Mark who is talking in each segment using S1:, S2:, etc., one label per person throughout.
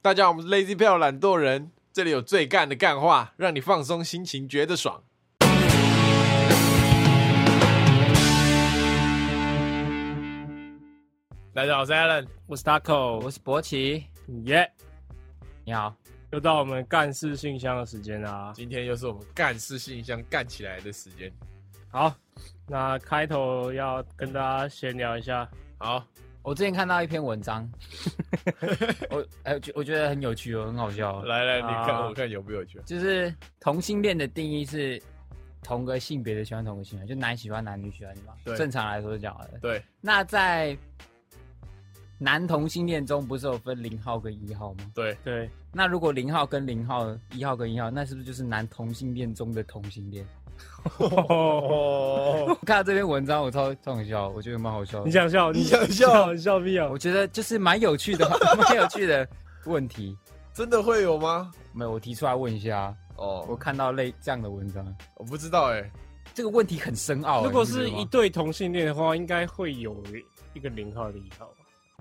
S1: 大家好，我们是 Lazy 票懒惰人，这里有最干的干话，让你放松心情，觉得爽。
S2: 大家好，我是 Alan，我是 Taco，
S3: 我是博奇，
S2: 耶
S3: 你好，
S2: 又到我们干事信箱的时间啦。
S1: 今天又是我们干事信箱干起来的时间。
S2: 好，那开头要跟大家闲聊一下，
S1: 好，
S3: 我之前看到一篇文章，我哎，我觉我觉得很有趣哦，很好笑哦。
S1: 来来，你看、
S2: 啊
S1: 我看有没有趣。
S3: 就是同性恋的定义是同个性别的喜欢同个性别，啊就男喜欢男，女喜欢女嘛。
S1: 对
S3: 正常来说是这样的。
S1: 对，
S3: 那在男同性恋中，不是有分零号跟一号吗？
S1: 对，
S2: 对，
S3: 那如果零号跟零号、一号跟一号，那是不是就是男同性恋中的同性恋？
S1: 哦，
S3: 我看到这篇文章，我超超想笑，我觉得蛮好笑 的。
S2: 你想笑，
S1: 你想笑
S2: 你笑屁啊！
S3: 我觉得就是蛮有趣的，蛮有趣的问题。
S1: 真的会有吗？
S3: 没有，我提出来问一下啊。
S1: 哦，
S3: 我
S1: 我
S3: 看到类这样的文章，
S1: 我不知道哎、
S3: 这个问题很深奥欸。
S2: 如果
S3: 你不觉
S2: 是
S3: 得吗
S2: 一对同性恋的话，应该会有一个零号的一号，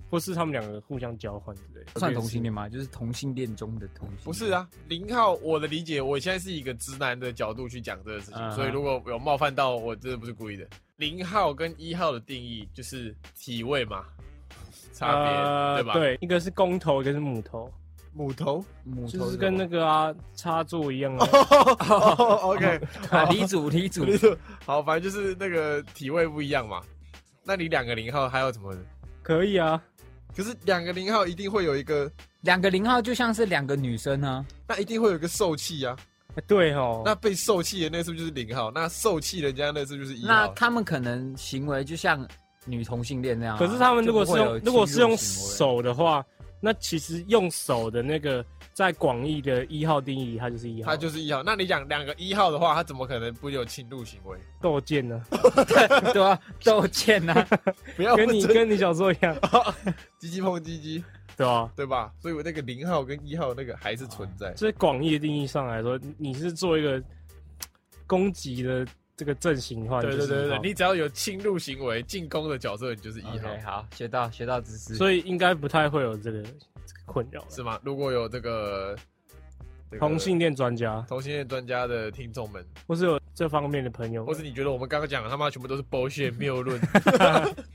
S2: 或是他们两个互相交换之类的。
S3: 算同性恋吗？就是同性恋中的同性，
S1: 不是？啊，零号，我的理解，我现在是以一个直男的角度去讲这个事情，
S3: 嗯哼
S1: 所以如果有冒犯到，我真的不是故意的。零号跟一号的定义就是体味嘛，差别、
S2: 呃
S1: 对吧？，
S2: 对，一个是公头，一个是母头，
S1: 母 头。
S3: 母头
S2: 就是跟那个啊插座一样啊。
S1: 哦，OK，
S3: 啊，离组 离组
S1: 你说好，反正就是那个体位不一样嘛。那你两个零号还有什么？
S2: 可以啊，
S1: 可是两个零号一定会有一个，
S3: 两个零号就像是两个女 生啊，
S1: 那一定会有一个受气啊。
S2: 对哦，
S1: 那被受气的那是不是就是零号？那受气人家那是不是一
S3: 那
S1: 号？
S3: 他们可能行为就像女同性恋那样啊。
S2: 可是他们如果是
S3: 就不会有
S2: 用如果是用
S3: 侵入行为，
S2: 手的话，那其实用手的那个在广义的一号定义，它就是一号，
S1: 他就是一号。那你讲两个一号的话，他怎么可能不有侵入行 为？
S2: 斗剑 呢，
S3: 对啊，斗剑 啊，
S1: 不要
S2: 跟你
S1: 跟
S2: 跟你小时候一样，
S1: 鸡鸡碰鸡鸡，
S2: 对吧？
S1: 对吧？所以我那个零号跟一号那个还是存在。
S2: 这广义的定义上来说，你是做一个攻击的这个阵型的话，
S1: 对
S2: 你就
S1: 啊对
S2: 是
S1: 对
S2: 一
S1: 对，
S2: 号
S1: 你只要有侵入行为、进攻的角色，你就是一号
S3: OK，好，学到学到知识。以
S2: 所以应该不太会有这个这个困扰了。
S1: 是吗？如果有这个、这个
S2: 同性恋专家，
S1: 同性恋专家的听众们，
S2: 或是有这方面的朋友们，
S1: 或是你觉得我们刚刚讲的他妈全部都是 bullshit 谬论，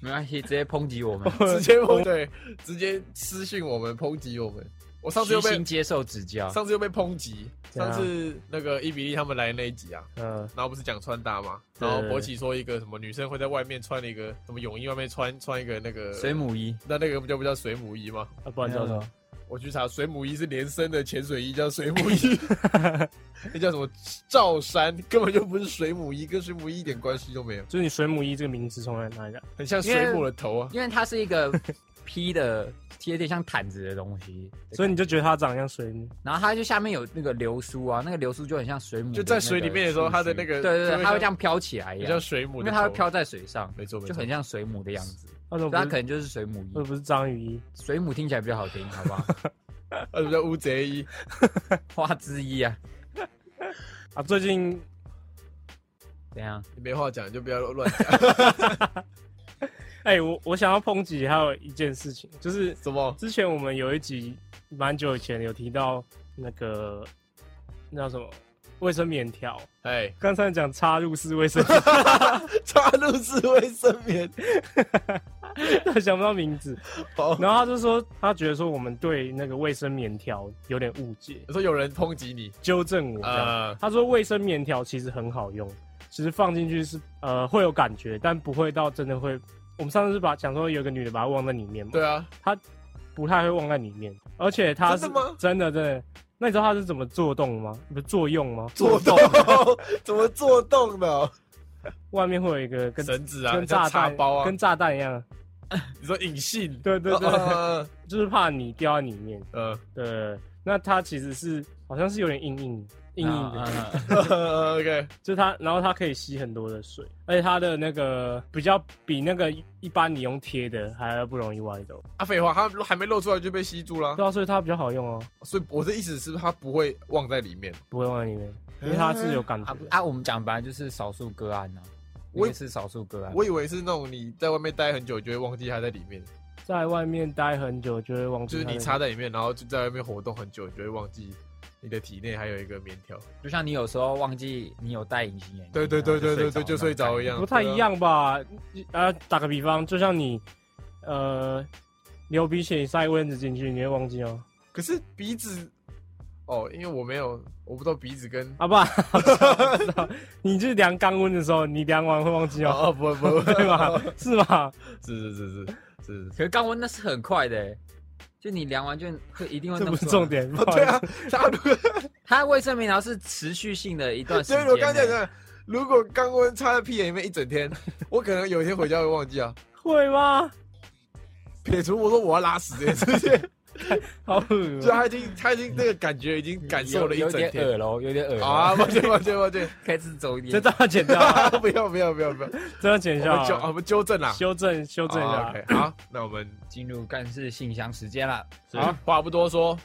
S3: 没关系，直接抨 击我们，
S1: 直接抨对，直接私信我们抨击我们。我上次又
S3: 虚
S1: 被
S3: 心接受指教。
S1: 上次又被抨击，
S2: 怎样
S1: 上次那个伊比利他们来那一集啊，
S2: 呃，
S1: 然后不是讲穿搭吗？
S2: 对
S1: 然后博奇说一个什么女生会在外面穿了一个什么泳衣，外面穿穿一个那个
S3: 水，母衣，
S1: 那那个不叫不叫水母衣吗？
S2: 啊不然叫什么？
S1: 我去查，水母衣是连身的潜水衣，叫水母 衣，那叫什么罩衫，根本就不是水母衣，跟水母衣一点关系都没有，
S2: 就是你水母衣这个名字从哪里来的？
S1: 很像水母的头啊。
S3: 因为它是 一个披的贴有点像毯子的东西，
S2: 所以你就觉得它长得像水母，
S3: 然后它就下面有那个流苏啊，那个流苏就很像水母的
S1: 就
S3: 那个触须，
S1: 在水里面的时候它的那个
S3: 对对
S1: 就会
S3: 对，它会这样飘起来一
S1: 也叫
S3: 样，
S1: 水母
S3: 因
S1: 的
S3: 为
S1: 头，
S3: 它会飘在水上，
S1: 没错，没错，
S3: 就很像水母的 样子，
S2: 那种
S3: 所以它可能就是水母
S2: 那
S3: 衣，
S2: 不是章鱼衣？
S3: 水母听起来比较好听，好不好？
S1: 呃，不叫乌贼衣，
S3: 花枝衣啊，
S2: 啊，最近
S3: 怎样？
S1: 你没话讲，你就不要乱 讲。
S2: 哎、我我想要抨击还有一件事情，就是
S1: 什么？
S2: 之前我们有一集蛮久以前有提到那个那叫什么卫生棉条，
S1: 哎，
S2: 刚才讲插入式卫生棉
S1: 插入式卫生棉，
S2: 条， 想不到名字，
S1: 好。
S2: 然后他就说他觉得说我们对那个卫生棉条有点误解，
S1: 你说有人抨击你，
S2: 纠正我这样，
S1: 呃，
S2: 他说卫生棉条其实很好用，其实放进去是呃会有感觉，但不会到真的会。我们上次把讲说有个女的把它忘在里面嘛，
S1: 对啊，
S2: 不太会忘在里面，而且它是
S1: 真的吗
S2: 真的真的那你知道它是怎么做动吗？不是作用吗？
S1: 做动怎么做动的？
S2: 外面会有一个跟
S1: 绳子啊，
S2: 跟
S1: 像
S2: 炸
S1: 插
S2: 弹
S1: 包啊
S2: 跟，炸弹一样，
S1: 你说引信，
S2: 对对对，
S1: 呃，
S2: 就是怕你掉在里面。
S1: 呃
S2: 对，那它其实是好像是有点硬硬硬硬
S1: 啊
S2: 的，
S3: 嗯， 嗯嗯
S1: 呃，OK，
S2: 就是它，然后它可以吸很多的水，而且它的那个比较比那个一般你用贴的还要不容易歪走，
S1: 啊，废话，它还没露出来就被吸住了，
S2: 对啊，所以它比较好用哦，
S1: 所以我的意思是，它不会忘在里面。
S2: 不会忘在里面，因为它是有感觉
S3: 啊不
S1: 嗯
S2: 的。
S3: 啊，我们讲本来就是少数个案呐，啊
S1: 我
S3: 我也是少数个案，
S1: 我以为是那种你在外面待很久，就会忘记它在里面。
S2: 在外面待很久就会忘
S1: 就
S2: 记它
S1: 是
S2: 的。
S1: 你插在里面，然后就在外面活动很久，你就会忘记你的体内还有一个棉条。
S4: 就像你有时候忘记你有戴隐形眼镜，
S1: 对对对对对对，
S4: 然后
S1: 就睡着一。样，
S2: 不太一样吧？啊，打个比方，就像你呃流鼻血你塞卫生纸进去，你会忘记哦。
S1: 可是鼻子，哦，因为我没有，我不知道鼻子跟
S2: 啊不然，我知道我知道你去量肛温的时候，你量完会忘记哦，
S1: 哦不不
S2: 对吧？是吧？
S1: 是是是是是
S4: 可是肛温那是很快的、欸就你量完就会一定会
S2: 这
S4: 弄
S2: 不是
S4: 出来
S2: 重。点，不
S1: 哦，
S2: 好
S1: 对
S2: 意
S1: 啊
S2: 思，，
S1: 他如果
S4: 它卫生棉条是持续性的一段时
S1: 所
S4: 间、
S1: 以我刚才讲，如果肛温插在屁眼里面一整天，我可能有一天回家会忘记啊。
S2: 会吗？
S1: 撇除我说我要拉屎这件事情，
S2: 好恶哦
S1: 就啊他已经他已经那个感觉已经感受了一
S4: 有
S1: 整
S4: 有点
S1: 天
S4: 耳喽，有点耳
S1: 啊！抱歉抱歉抱 歉，
S4: 开始走一点。
S2: 这段要剪掉啊，
S1: 不要不要不要不要，
S2: 这段剪
S1: 我
S2: 一
S1: 们纠
S2: 下
S1: 我
S2: 啊，
S1: 们纠正啦，
S2: 修正修正一
S1: 啊
S2: 下。
S1: ，OK，好，那我们
S4: 进入干事信箱时间了。
S1: 好话不多说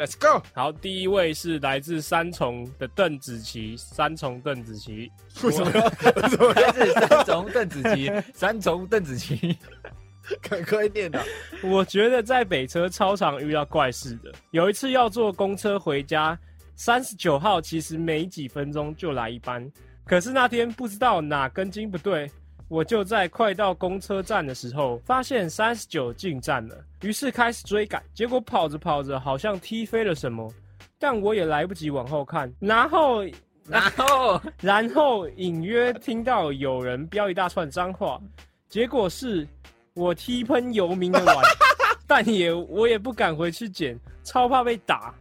S1: ，Let's go。
S2: 好，第一位是来自三重的邓紫棋，三重邓紫棋，
S1: 为什么要？为什么要
S4: 开始三重邓紫棋，三重邓紫棋，
S1: 赶快念啊的？
S2: 我觉得在北车超常遇到怪事的。有一次要坐公车回家，三十九号其实没几分钟就来一班，可是那天不知道哪根筋不对，我就在快到公车站的时候，发现三十九进站了，于是开始追赶，结果跑着跑着好像踢飞了什么，但我也来不及往后看，然后
S4: 然后
S2: 然后 隐约听到有人飙一大串脏话，结果是我踢喷游民的碗，但也我也不敢回去捡，超怕被打。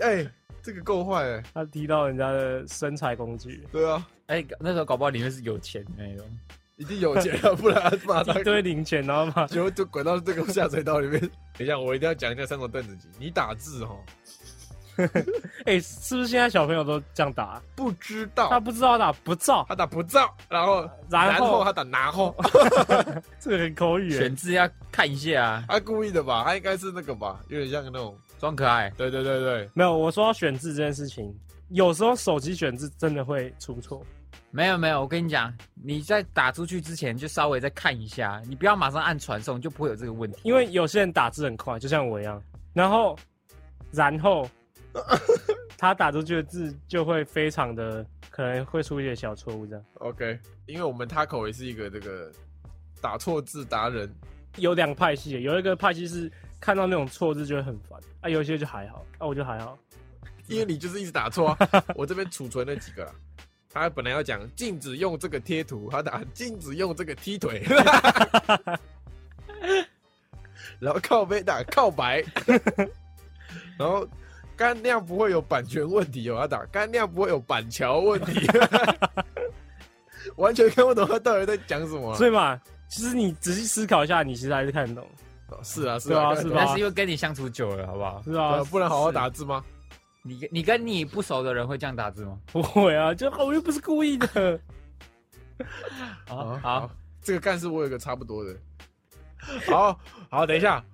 S1: 哎，这个够坏哎，
S2: 他踢到人家的身材工具，
S1: 对啊，
S4: 哎、那时候搞不好里面是有钱的那种，
S1: 一定有钱了，不然马上
S2: 一堆零钱，然后 嘛，
S1: 就就滚到这个下水道里面。等一下，我一定要讲一下三种邓紫棋。你打字哦，
S2: 哎、是不是现在小朋友都这样打、
S1: 不知
S2: 他
S1: 道，
S2: 不知道打不照，
S1: 他打不照，然后
S2: 然
S1: 然
S2: 后
S1: 他打然后，
S2: 这个很口语耶
S4: 选。字要看一下啊，
S1: 他故意的吧？他应该是那个吧，有点像那种，
S4: 装可爱。
S1: 对对对对，
S2: 没有，我说到选字这件事情，有时候手机选字真的会出错。
S4: 没有没有，我跟你讲，你在打出去之前就稍微再看一下，你不要马上按传送，就不会有这个问题。
S2: 因为有些人打字很快，就像我一样，然后，然后他打出去的字就会非常的，可能会出一些小错误这样。
S1: OK，因为我们 Taco 也是一个这个打错字达人，
S2: 有两派系，有一个派系是看到那种错字就会很烦，啊，有一些就还好，啊，我就还好。
S1: 因为你就是一直打错、 啊。我这边储存了几个啦。他本来要讲禁止用这个贴图，他打禁止用这个踢腿， 然后靠背打靠 白，然后干量不会有版权问题哦，他打干量不会有板桥问题， 完全看不懂他到底在讲什么啊、
S2: 所以嘛，其实你仔细思考一下，你其实还是看得懂，
S1: 哦是啊，是
S2: 对啊
S1: 看得
S2: 是
S1: 懂
S2: 吧
S4: 但是因为跟你相处久了，好不好？
S2: 是
S1: 对
S2: 吧
S1: 啊？不能好好打
S2: 是，
S1: 字吗？
S4: 你跟你跟你不熟的人会这样打字吗？
S2: 不会啊，就我又不是故意的。
S1: 哦
S4: 啊，好，，
S1: 这个干事我有个差不多的。好好，等一下，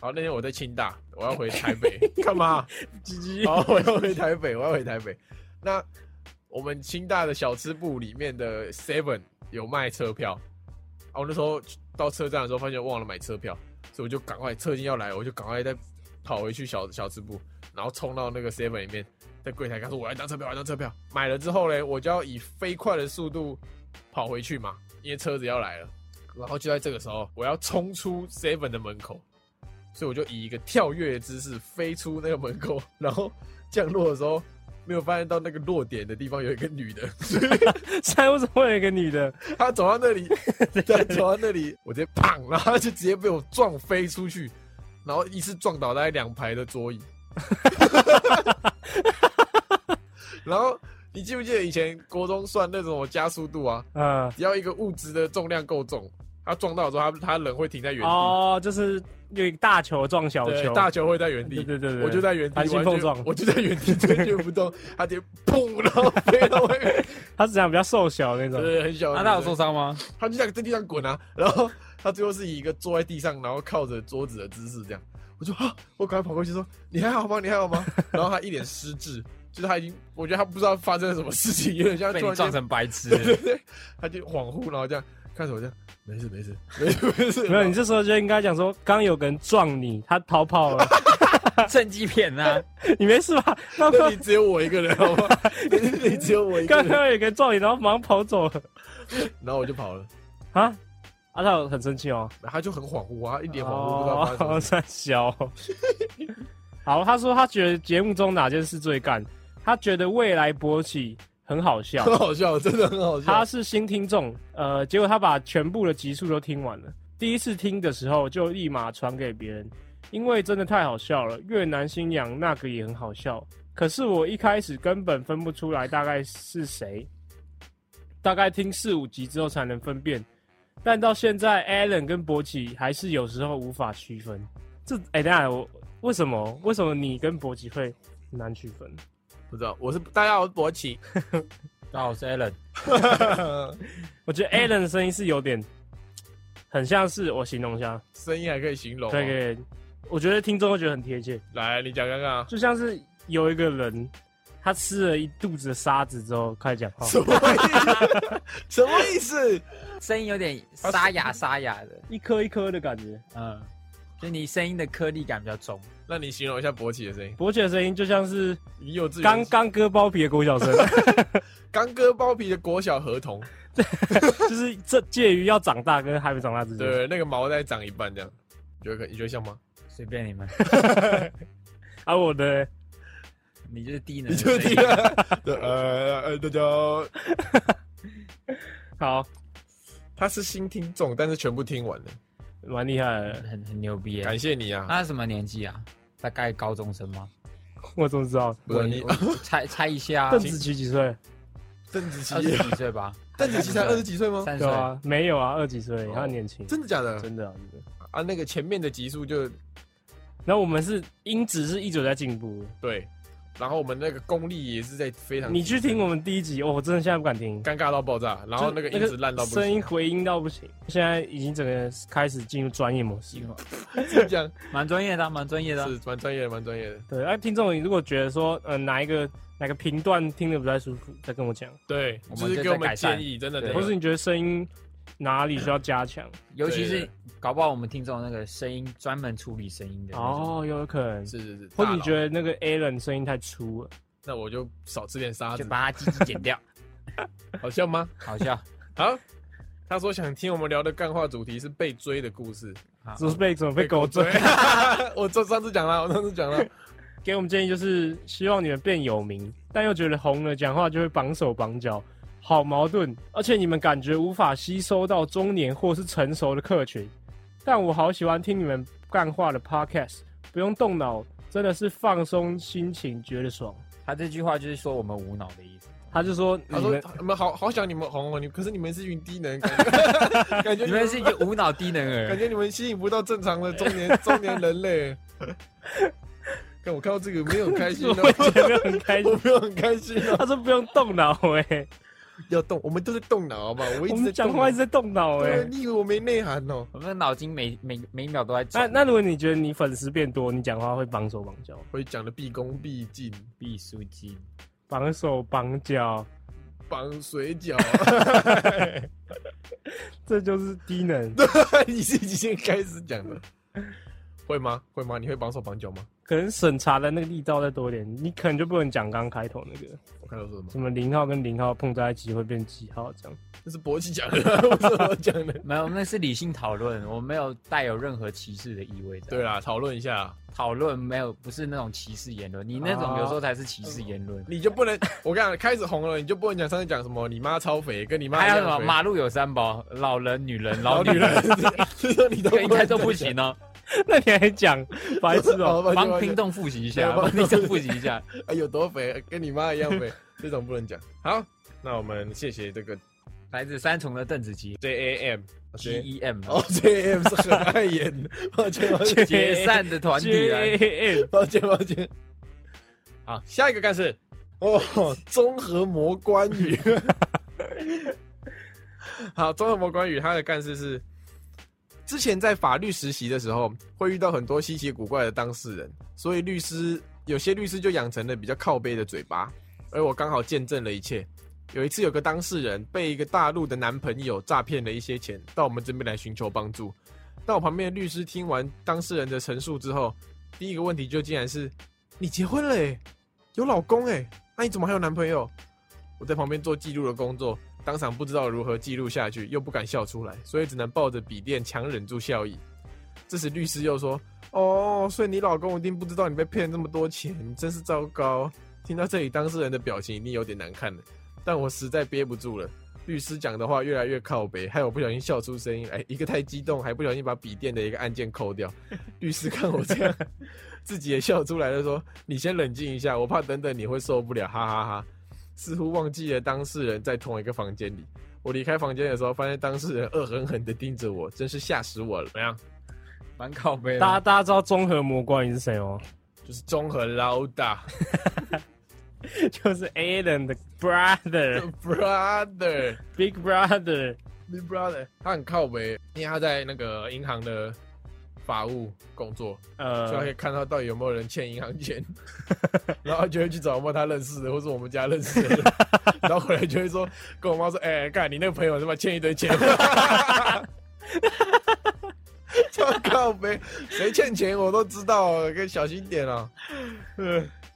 S1: 好，那天我在清大，我要回台北， 干嘛？
S2: 鸡 鸡
S1: 好，我要回台北，我要回台北。那我们清大的小吃部里面的 Seven 有卖车票，啊，我那时候到车站的时候发现忘了买车票，所以我就赶快车已经要来了，我就赶快再跑回去小小吃部，然后冲到那个 Seven 里面，在柜台跟他说我要一张车票，我要一张车票。买了之后呢，我就要以飞快的速度跑回去嘛，因为车子要来了。然后就在这个时候，我要冲出 Seven 的门口，所以我就以一个跳跃的姿势飞出那个门口，然后降落的时候没有发现到那个落点的地方有一个女的，所以
S2: 现在为什么会有一个女的？
S1: 他走到那里，他走到那里，我直接砰，然后他就直接被我撞飞出去，然后一次撞倒大概两排的桌椅。 然后你记不记得以前国中算那种加速度啊？
S2: 嗯，
S1: 只要一个物质的重量够重，他撞到的时候，他他人会停在原地，
S2: 哦，就是有一个大球撞小
S1: 对
S2: 球，
S1: 大球会在原地。
S2: 对对对对，
S1: 我就在原地，
S2: 弹性
S1: 完
S2: 碰
S1: 全
S2: 撞
S1: 我就在原地坚决不动，他直接砰，然后飞到外面，
S2: 他 是讲啊比较瘦小的那
S1: 对
S2: 种，
S1: 对，很小。
S3: 啊
S4: 那他有受伤吗？
S1: 他就这样在地上滚啊，然后他最后是以一个坐在地上，然后靠着桌子的姿势这样。我就啊，我赶快跑过去说：“你还好吗？你还好吗？” 然后他一脸失智，就是他已经，我觉得他不知道发生了什么事情，有点像
S4: 被
S1: 突
S4: 你
S1: 然
S4: 撞
S1: 间，
S4: 成白痴，
S1: 对对对，他就恍惚，然后这样。看手机，没事没事没事没事，
S2: 没有，你这时候就应该讲说，刚有个人撞你，他逃跑了，
S3: 趁机骗 啊！
S2: 你没事吧？刚
S1: 那
S2: 刚
S1: 里只有我一个人，好吗？那里只有我一个
S2: 刚
S1: 人，
S2: 刚有个人撞你，然后马上跑走了
S1: 然后我就跑了，
S2: 啊！阿、啊、他有很生气哦，
S1: 然后他就很恍惚啊，他一脸恍惚，不知道发生什么
S2: 哦，
S1: 事。
S2: 太小。好，他说他觉得节目中哪件事最干？他觉得未来勃起很好笑，
S1: 很好笑，真的很好
S2: 哦他
S1: 笑。
S2: 是新听众，呃，结果他把全部的集数都听完了。第一次听的时候就立马传给别人，因为真的太好笑了。越南新娘那个也很好笑，可是我一开始根本分不出来大概是谁，大概听四五集之后才能分辨。但到现在，Allen 跟博奇还是有时候无法区分。这哎、等一下我为什么为什么你跟博奇会难区分？
S1: 不知道，我是大家好，我是博奇。
S3: 大家好，哦我是 Allen。
S2: 我觉得 Allen 的声音是有点，很像是我形容一下，
S1: 声音还可以形容哦。
S2: 对对，对我觉得听众会觉得很贴切，
S1: 来，你讲看看啊。
S2: 就像是有一个人他吃了一肚子的沙子之后开始讲话，
S1: 什么意思？ 什么意思？
S3: 声音有点沙哑沙哑的，
S2: 一颗一颗的感觉。
S3: 嗯，就你声音的颗粒感比较重。
S1: 那你形容一下勃起的声音。
S2: 博姐的声音就像是
S1: 你有自
S2: 刚刚割包皮的狗 小声，
S1: 刚割包皮的国小合同，
S2: 就是这介于要长大跟还没长大之间。
S1: 对，那个毛再长一半这样，你觉得可你觉得像吗？
S3: 随便你们，
S2: 而、啊我的
S3: 你就是低能
S1: 你
S3: 的
S1: 就
S3: 声
S1: 听
S3: 音。
S1: 了，对呃呃，大家好，
S2: 好
S1: 他是新听众，但是全部听完了，
S2: 蛮厉害的，
S3: 很很牛逼耶！
S1: 感谢你啊！
S3: 他什么年纪啊？大概高中生吗？
S2: 我怎么知道？
S1: 不是你
S3: 我我猜猜一下啊
S2: 邓，紫棋几岁？
S1: 邓紫
S3: 二十
S1: 棋，
S3: 几岁吧？
S1: 邓紫棋才二十几岁吗？
S3: 三十
S2: 对
S3: 岁。
S2: 啊，没有啊，二十几岁，
S1: 哦
S2: 他很年轻，
S1: 真的假的？
S2: 真的啊。真的
S1: 啊，那个前面的集数就
S2: 然后我们是音质是一直有在进步的，
S1: 对，然后我们那个功力也是在非常，
S2: 你去听我们第一集，哦，我真的现在不敢听，
S1: 尴尬到爆炸，然后那个音质烂到不
S2: 声音
S1: 行，
S2: 回音到不行。现在已经整个开始进入专业模式。
S1: 这样
S3: 蛮专业的啊，蛮专业的 啊。
S1: 是蛮专业的，蛮专业的。
S2: 对，哎、听众，你如果觉得说，呃，哪一个哪个频段听得不太舒服，再跟我讲，
S1: 对，
S3: 我
S1: 就
S3: 们
S1: 是
S3: 就
S1: 给我
S3: 在
S1: 们
S3: 改善
S1: 建议，真的，
S3: 对
S1: 真
S2: 或
S1: 的
S2: 是你觉得声音哪里需要加强？
S3: 尤
S1: 对
S3: 其
S1: 对
S3: 是搞不好我们听众那个声音专门处理声音的那种，
S2: 哦，有可能。
S1: 是是是，
S2: 或者你觉
S1: 得
S2: 得那个 Alan 声音太粗了，
S1: 那我就少吃点沙
S3: 就
S1: 子，
S3: 把它鸡鸡剪掉，
S1: 好笑吗？
S3: 好 笑。
S1: 好，他说想听我们聊的干话主题是被追的故 事，
S3: 好
S2: 是不是被怎么被狗追？，
S1: 我这上次讲了，我上次讲了，
S2: 给我们建议就是希望你们变有名，但又觉得红了讲话就会绑手绑脚，好矛盾。而且你们感觉无法吸收到中年或是成熟的客群，但我好喜欢听你们干话的 podcast，不用动脑，真的是放松心情，觉得爽。
S3: 他这句话就是说我们无脑的意思。
S2: 他就说
S1: 他
S2: 你
S1: 说
S2: 们
S1: 你们好好想你们红哦，你可是你们是一群低能，感觉感觉
S3: 你们是一个无脑低能
S1: 感
S3: 儿，
S1: 觉你们吸引不到正常的中 年中年人类。看我看到这个没有很开 心哦
S2: 我
S1: 的，
S2: 会觉得很
S1: 我
S2: 开心。
S1: 没有很开心哦。
S2: 他说不用动脑哎、欸
S1: 要动，我们都是动脑好不好？我一直
S2: 我
S1: 在
S2: 们讲
S1: 动
S2: 话一
S1: 脑
S2: 直在动脑哎、
S1: 对，啊你以为我没内涵哦？
S3: 我们的脑筋每每每秒都在
S2: 那
S3: 转。
S2: 那如果你觉得你粉丝变多，你讲话会绑手绑脚，
S1: 会讲的毕恭毕敬，
S3: 毕书尽，
S2: 绑手绑脚，
S1: 绑水 饺，
S2: 这就是低能。
S1: 啊你是已经开始讲了，会吗？会吗？你会绑手绑脚吗？
S2: 可能审查的那个力道再多一点，你可能就不能讲刚开头那个
S1: 我看到说什么？
S2: 什么零号跟零号碰在一起会变几号这样。
S1: 那是博奇讲的， 不是我讲的。
S3: 没有，那是理性讨论，我没有带有任何歧视的意味在。
S1: 对，啊啦，讨论一下，
S3: 讨论没有，不是那种歧视言论，你那种有时候才是歧视言论。
S1: 啊你就不能，我跟你讲，开始红了，你就不能讲上次讲什么你妈超肥，跟你妈
S3: 还
S1: 一
S3: 有
S1: 样
S3: 什么
S1: 肥
S3: 马路有三宝，老人、女人、
S1: 老
S3: 老
S1: 女
S3: 女人，
S1: 人，这个你都
S3: 这应该都不行哦。
S2: 那你还讲白痴哦、
S1: 哦
S3: 帮听众复习一下，
S1: 对
S3: 帮听众复习一下。
S1: 哎有多肥，跟你妈一样肥， 这种不能讲。好，那我们谢谢这个
S3: 来自三重的邓紫棋
S1: J A M
S3: ，G E M，
S1: 哦 J A M 是很碍眼， 抱歉抱歉
S3: 解散 的团体啊，
S2: 哎 JAM
S1: 抱歉抱歉。好，下一个干事哦，综合魔关羽。 好，综合魔关羽他的干事是，之前在法律实习的时候，会遇到很多稀奇古怪的当事人，所以律师有些律师就养成了比较靠背的嘴巴，而我刚好见证了一切。有一次有个当事人被一个大陆的男朋友诈骗了一些钱，到我们这边来寻求帮助。但我旁边的律师听完当事人的陈述之后，第一个问题就竟然是：你结婚了、欸？有老公哎、那、你怎么还有男朋友？我在旁边做记录的工作，当场不知道如何记录下去，又不敢笑出来，所以只能抱着笔电强忍住笑意。这时律师又说：“哦，所以你老公一定不知道你被骗这么多钱，真是糟糕。”听到这里，当事人的表情一定有点难看了，但我实在憋不住了。律师讲的话越来越靠北，害我不小心笑出声音哎来，一个太激动，还不小心把笔电的一个按键扣掉。律师看我这样，自己也笑出来了，说：“你先冷静一下，我怕等等你会受不了，哈哈哈似乎忘记了当事人在同一个房间里。我离开房间的时候，发现当事人恶狠狠地盯着我，真是吓死我了。怎么样？
S3: 蛮靠背
S2: 大家
S3: 的。
S2: 大家知道综合魔怪你是谁哦吗？
S1: 就是综合老大
S2: 就是 Alan 的 brother，Big
S1: brother，
S2: Brother。
S1: 你 brother，他很靠北，因为他在那个银行的法务工作，所以他可
S2: 呃
S1: 以，看到到底有没有人欠银行钱，然后就会去找有没有他认识的，或是我们家认识的人，然后回来就会说跟我妈说，哎、干你那个朋友他妈欠一堆钱，超靠呗，谁欠钱我都知道哦，可以小心点哦。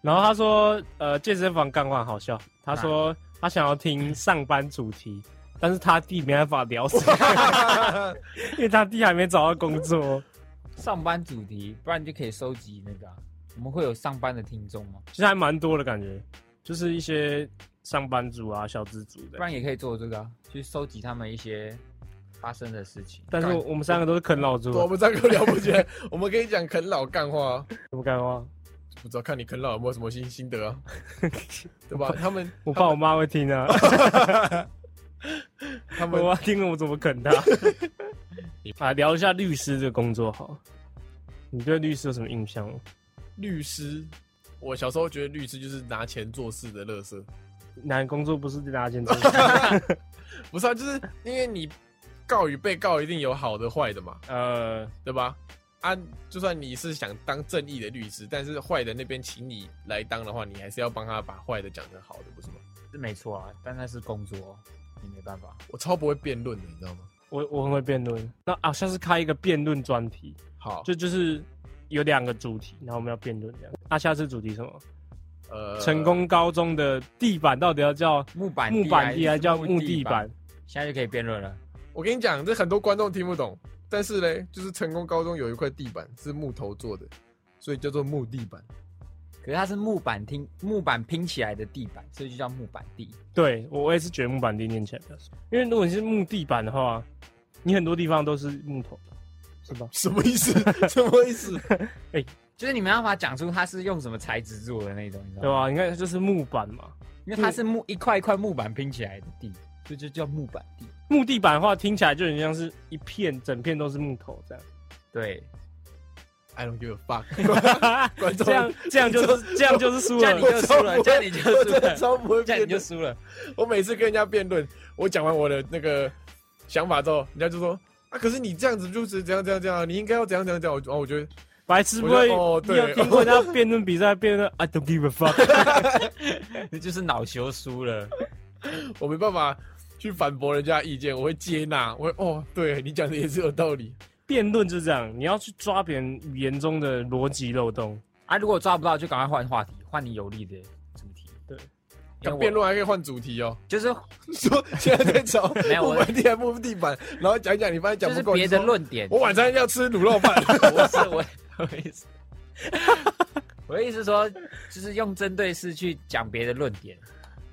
S2: 然后他说，呃，健身房干话很好笑。他说他想要听上班主题，但是他弟没办法聊死，因为他弟还没找到工作。
S3: 上班主题，不然你就可以收集那个啊、我们会有上班的听众吗？
S2: 其实还蛮多的感觉，就是一些上班族啊、小资族
S3: 不
S2: 的。
S3: 然也可以做这个啊、去收集他们一些发生的事情。
S2: 但是我我们三个都是啃老族
S1: 我
S2: 啊，
S1: 们三个聊不起来，我们可以讲啃老干话、啊，
S2: 什么干话？
S1: 不知道看你啃老有没有什么心心得啊，对吧？他们
S2: 我爸我妈会听啊，
S1: 他
S2: 我
S1: 们
S2: 妈听了我怎么啃他？啊，聊一下律师这个工作好了。你对律师有什么印象吗？
S1: 律师，我小时候觉得律师就是拿钱做事的乐色。
S2: 男工作不是大家先知
S1: 不是啊，就是因为你告与被告一定有好的坏的嘛，
S2: 呃，
S1: 对吧？啊，就算你是想当正义的律师，但是坏的那边请你来当的话，你还是要帮他把坏的讲成好的，不是吗？
S3: 是没错啊，但那是工作，你没办法。
S1: 我超不会辩论的，你知道吗？
S2: 我我很会辩论。那啊，下次开一个辩论专题，
S1: 好，
S2: 就就是有两个主题，然后我们要辩论这样。那、下次主题什么？
S1: 呃，
S2: 成功高中的地板到底要叫
S3: 木板啊
S2: 木板地还
S3: 还
S2: 是叫木
S3: 地
S2: 地板？？
S3: 现在就可以辩论了。
S1: 我跟你讲，这很多观众听不懂，但是嘞，就是成功高中有一块地板是木头做的，所以叫做木地板。
S3: 可是它是木板拼木板拼起来的地板，所以就叫木板地。
S2: 对我我也是觉得木板地念起来比较爽，因为如果你是木地板的话，你很多地方都是木头的，是吧？
S1: 什么意 思？什么意思？
S3: 就是你没办法讲出它是用什么材质做的那种，你知道
S2: 对啊
S3: 吗？
S2: 吧、你看就是木板嘛，
S3: 因为它是木一块一块木板拼起来的地，所以就叫木板地。
S2: 木地板的话听起来就很像是一片整片都是木头这样。
S3: 对，
S1: I don't give a fuck 。观众，
S2: 这样这样就是这样就是输
S3: 这样
S2: 了
S3: 你。就输了，
S1: 我
S3: 这样你就输
S1: 我真的
S3: 了，
S1: 超不会
S3: 这
S1: 辩论
S3: 样你就输了。
S1: 我每次跟人家辩论，我讲完我的那个想法之后，人家就说啊，可是你这样子就是怎样怎样怎样啊，你应该要怎样怎样怎样。我然后我觉得
S2: 白痴不会，
S1: 我
S2: 你
S1: 觉得哦
S2: 有
S1: 对
S2: 听过 人家辩论比赛辩论 I don't give a fuck，
S3: 这就是恼羞输了。
S1: 我没办法去反驳人家的意见，我会接纳，我会哦，对你讲的也是有道理。
S2: 辩论就是这样，你要去抓别人语言中的逻辑漏洞。
S3: 啊，如果抓不到，就赶快换话题，换你有利的主题。
S2: 对，
S3: 因为我
S1: 辩论还可以换主题哦，
S3: 就是
S1: 说现在在找
S3: 没有
S1: 木
S3: 我
S1: 板地板木地板，然后讲一讲，你发现
S3: 就
S1: 讲
S3: 是
S1: 不够，
S3: 别的
S1: 你说
S3: 论点。
S1: 我晚餐要吃卤肉 饭，
S3: 我是 我我的意思，我的意思说，就是用针对式去讲别的论点，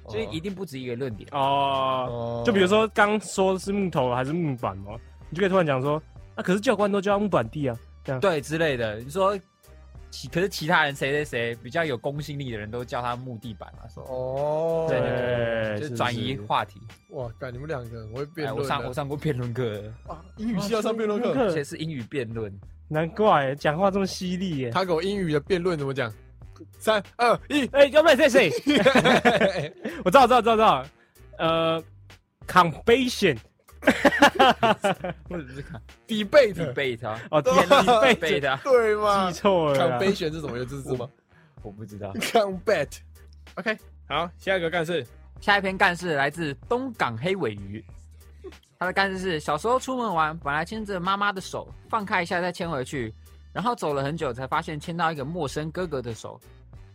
S3: 所以一定不止一个论点。
S2: 哦，
S1: 哦
S2: 就比如说刚说是木头还是木板嘛，你就可以突然讲说，啊，可是教官都叫木板地啊，
S3: 对之类的。你说其可是其他人谁谁谁比较有公信力的人都叫他木地板啊，说
S1: 哦，
S3: 对
S2: 对
S3: 就是
S2: 是
S3: 转移
S2: 是
S3: 话题。
S1: 哇，干你们两个很会辩
S3: 哎，我
S1: 论
S3: 上我
S1: 啊，
S3: 上过辩 论课，
S1: 啊英语系要上辩论课，
S3: 而且
S2: 课，
S3: 是英语辩论，
S2: 难怪啊讲话这么犀 利耶。
S1: 他给我英语的辩论怎么讲？三二 一，
S2: 哎，要不然谁谁？我知道，我知道，知道，知道。呃，compassion，
S3: 或者是看
S1: debate，
S3: debate 啊
S2: 哦，天哪，
S1: 对
S2: 被
S3: ，debate 啊，
S1: 对吗
S2: 记错了啦。啊
S1: ？Combation 是什么？有这是什么
S3: 我不知道。
S1: ？Combat。OK，好，下一个干事
S3: 下一篇干事来自东港黑尾鱼，他的干事是小时候出门玩，本来牵着妈妈的手，放开一下再牵回去，然后走了很久才发现牵到一个陌生哥哥的手。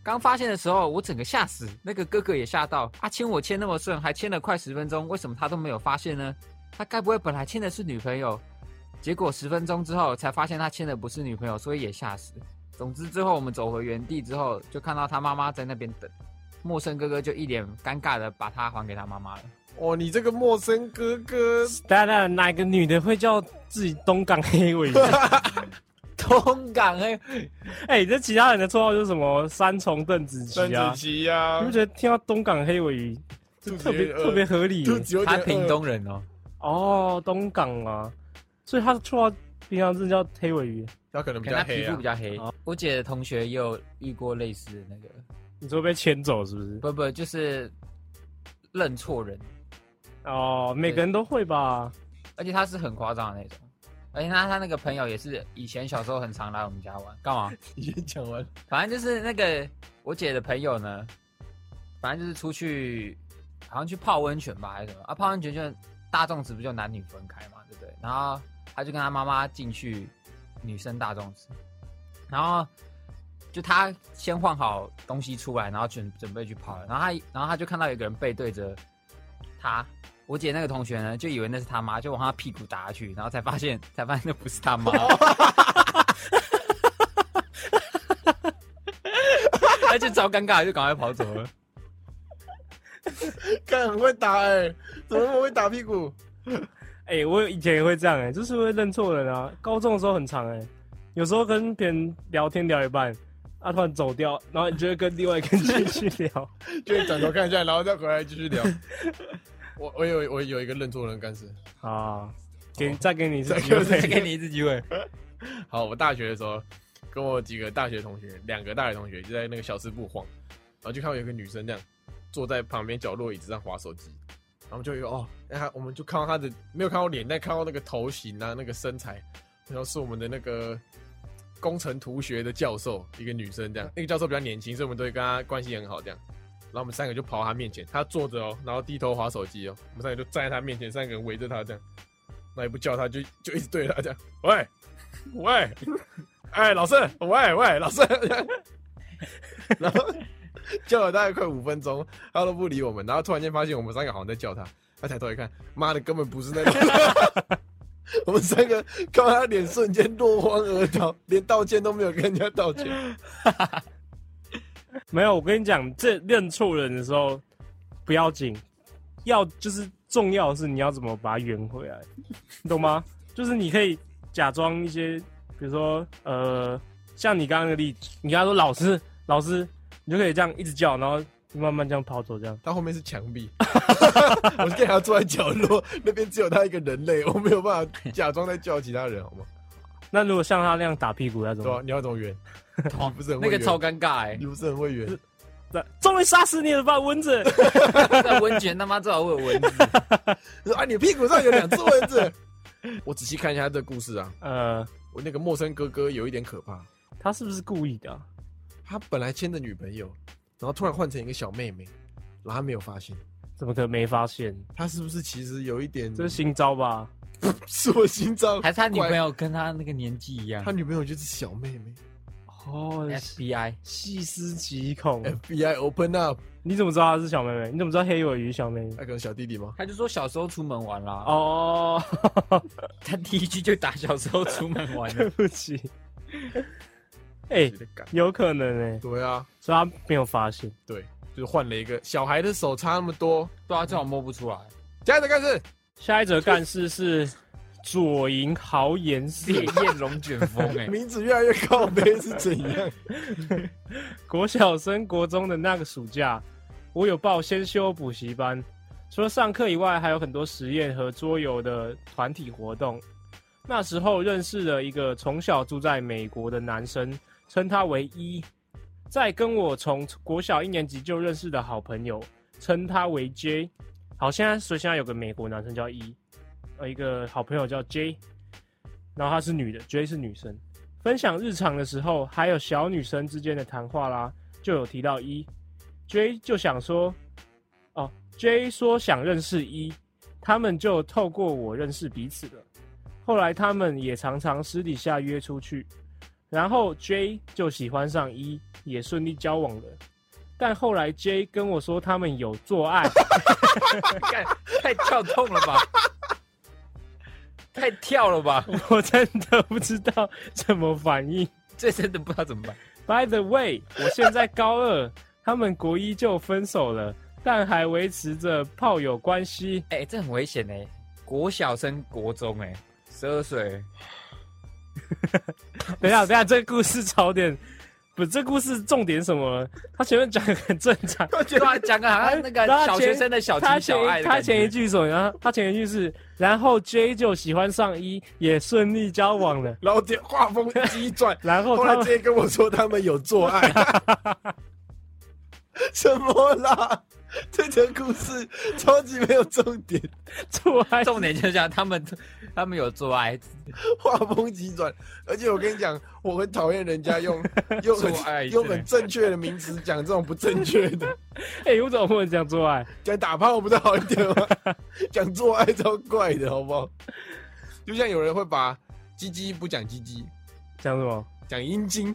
S3: 刚发现的时候，我整个吓死，那个哥哥也吓到啊！牵我牵那么顺，还牵了快十分钟，为什么他都没有发现呢？他该不会本来牵的是女朋友，结果十分钟之后才发现他牵的不是女朋友，所以也吓死。总之之后我们走回原地之后，就看到他妈妈在那边等，陌生哥哥就一脸尴尬的把他还给他妈妈了。
S1: 哦，你这个陌生哥哥，
S3: 啊
S2: 当然，哪个女的会叫自己东港黑尾鱼？啊
S3: 通感哎，
S2: 哎、这其他人的绰号就是什么三重邓紫
S1: 邓
S2: 棋啊
S1: 紫？棋呀
S2: 你不，觉得听到东港黑尾鱼
S1: 肚
S2: 就
S1: 子
S2: 特别
S1: 有点饿
S2: 特别合理耶？
S1: 肚子有
S3: 他
S1: 点
S3: 屏
S1: 饿，
S3: 东人哦，
S2: 哦，东港啊，所以他的绰号平常真的叫黑尾鱼。
S1: 他可能比
S3: 可
S1: 较
S3: 能他
S1: 黑
S3: 皮肤
S1: 啊
S3: 比。较黑
S2: 哦。
S3: 我姐的同学也有遇过类似的那个，
S2: 你说被牵走是不是？
S3: 不不，就是认错人，
S2: 哦，每个人都会吧？
S3: 而且他是很夸张的那种。而且他他那个朋友也是以前小时候很常来我们家玩，干嘛？
S1: 已经讲完了，
S3: 反正就是那个我姐的朋友呢，反正就是出去，好像去泡温泉吧，还是什么啊？泡温泉就大众池不就男女分开嘛，对不对？然后他就跟他妈妈进去女生大众池，然后就他先换好东西出来，然后准准备去泡了，然后他然后他就看到有个人背对着他。我姐那个同学呢，就以为那是他妈，就往他屁股打下去，然后才发现，才发现那不是他妈，他就超尴尬，就赶快跑走了。
S1: 看很会打哎，怎么那么会打屁股？
S2: 哎、我以前也会这样哎、就是会认错人啊。高中的时候很长哎、有时候跟别人聊天聊一半，啊突然走掉，然后你就会跟另外一个人继续 聊。
S1: 就转头看一下，然后再回来继 续聊。我我有我有一个认错人干事。
S2: 啊，给再给你一次
S1: 哦再
S2: 机
S1: 给我
S2: 会
S3: 再给你一次机会。
S1: 好，我大学的时候跟我几个大学同学，两个大学同学就在那个小吃部晃，然后就看到有一个女生这样坐在旁边角落椅子上划手机，然后就有一个哦，那她我们就看到她的没有看到脸，但看到那个头型啊，那个身材，然后是我们的那个工程图学的教授，一个女生这样，那个教授比较年轻，所以我们都会跟她关系很好这样。然后我们三个就跑到她面前，她坐着哦，然后低头划手机哦，我们三个就站在她面前，三个人围着她这样，那也不叫她，就就一直对着她这样，喂，喂，哎，老师，喂喂，老师， 然后叫了大概快五分钟，他都不理我们，然后突然间发现我们三个好像在叫他，他抬头一看，妈的，根本不是那 个。我们三个看到他脸瞬间落荒而逃，连道歉都没有跟人家道歉。
S2: 没有，我跟你讲，这认错人的时候不要紧，要就是重要的是你要怎么把它圆回来，你懂吗？ 就是你可以假装一些，比如说呃，像你刚刚的例子，你跟他说老师老师，你就可以这样一直叫，然后慢慢这样跑走，这样
S1: 他后面是墙 壁，我跟他坐在角落，那边只有他一个人类，我没有办法假装在叫其他人，好吗？
S2: 那如果像他那样打屁股要怎
S1: 对
S2: 么
S1: 吧、
S2: 办？
S1: 你要怎么圆？你不是很会
S3: 哦那个
S1: 圆
S3: 超尴尬 哎、
S1: 你不是很会圆？
S2: 那 终于杀死你了吧，蚊子！
S3: 在温泉他妈最好会有蚊子，
S1: 说啊，你屁股上有两只蚊子。 我仔细看一下这故事啊，
S2: 呃，
S1: 我那个陌生哥哥有一点可怕，
S2: 他是不是故意的啊、
S1: 他本来牵着女朋友，然后突然换成一个小妹妹，然后他没有发现，
S2: 怎么可能没发现？
S1: 他是不是其实有一点
S2: 这是新招吧？
S1: 是我心脏？
S3: 还是他女朋
S1: 怪？
S3: 友跟他那个年纪一样
S1: 他女朋友就是小妹妹
S2: 哦，
S3: ？FBI
S2: 细思极恐。
S1: 哎，FBI open up，
S2: 你怎么知道她是小妹妹？你怎么知道黑尾鱼小妹妹
S1: 那？个小弟弟吗？
S3: 他就说小时候出门玩啦，哦，
S2: 哦，
S3: 他第一句就打小时候出门玩
S2: 对
S3: 的，
S2: 不起。哎、 有可能哎、
S1: 对啊，
S2: 所以他没有发现。
S1: 对，就是换了一个小孩的手差那么多，
S3: 对啊，最好摸不出来。
S1: 加油干事，
S2: 下一则干事是左营豪言
S3: 烈
S2: 寺
S3: 焰龙卷风 哎、
S1: 名字越来越靠背是怎 样？
S2: 国小升国中的那个暑假，我有报先修补习班，除了上课以外，还有很多实验和桌游的团体活动。那时候认识了一个从小住在美国的男生，称他为一；再跟我从国小一年级就认识的好朋友，称他为 J。好，现在所以现在有个美国男生叫一，呃，一个好朋友叫 J，然后她是女的，J 是女生。分享日常的时候，还有小女生之间的谈话啦，就有提到一 J 就想说，哦， J 说想认识一，他们就透过我认识彼此了。后来他们也常常私底下约出去，然后 J 就喜欢上一，也顺利交往了。但后来 J 跟我说他们有做爱，
S4: 干太跳痛了吧？太跳了吧？
S2: 我真的不知道怎么反应。
S4: 这真的不知道怎么办。
S2: By the way，我现在高二，他们国一就分手了，但还维持着炮友关系。
S4: 哎、这很危险
S3: 欸
S4: 哎、国小升国中哎、十二岁，
S2: 等一下，等一下，这个故事槽点不，这故事重点什么？他前面讲得很正常，
S4: 对啊，讲个好像那个
S2: 然后他
S4: 小
S2: 前
S4: 学生的小
S2: 他
S4: 情
S2: 前
S4: 小爱
S2: 一
S4: 的
S2: 他
S4: 感
S2: 前一
S4: 觉。
S2: 句什么？然后他前一句是，然后 J 就喜欢上一，也顺利交往了。，
S1: 然后这画风急转
S2: 然后
S1: 后
S2: 他
S1: 来
S2: 们
S1: 直接跟我说他们有做 爱，什么啦？这则故事超级没有重点，
S2: 做 爱，
S4: 重点就是讲他们，他们有做爱，
S1: 画风急转，而且我跟你讲，我很讨厌人家 用用
S4: 做爱
S1: 很用
S4: 真的
S1: 很正确的名词讲这种不正确的，
S2: 哎、我怎么不能讲做爱？
S1: 讲打炮不是好一 点吗？讲做爱超怪的好不好？就像有人会把鸡鸡不讲鸡鸡，
S2: 讲什么？
S1: 讲阴茎，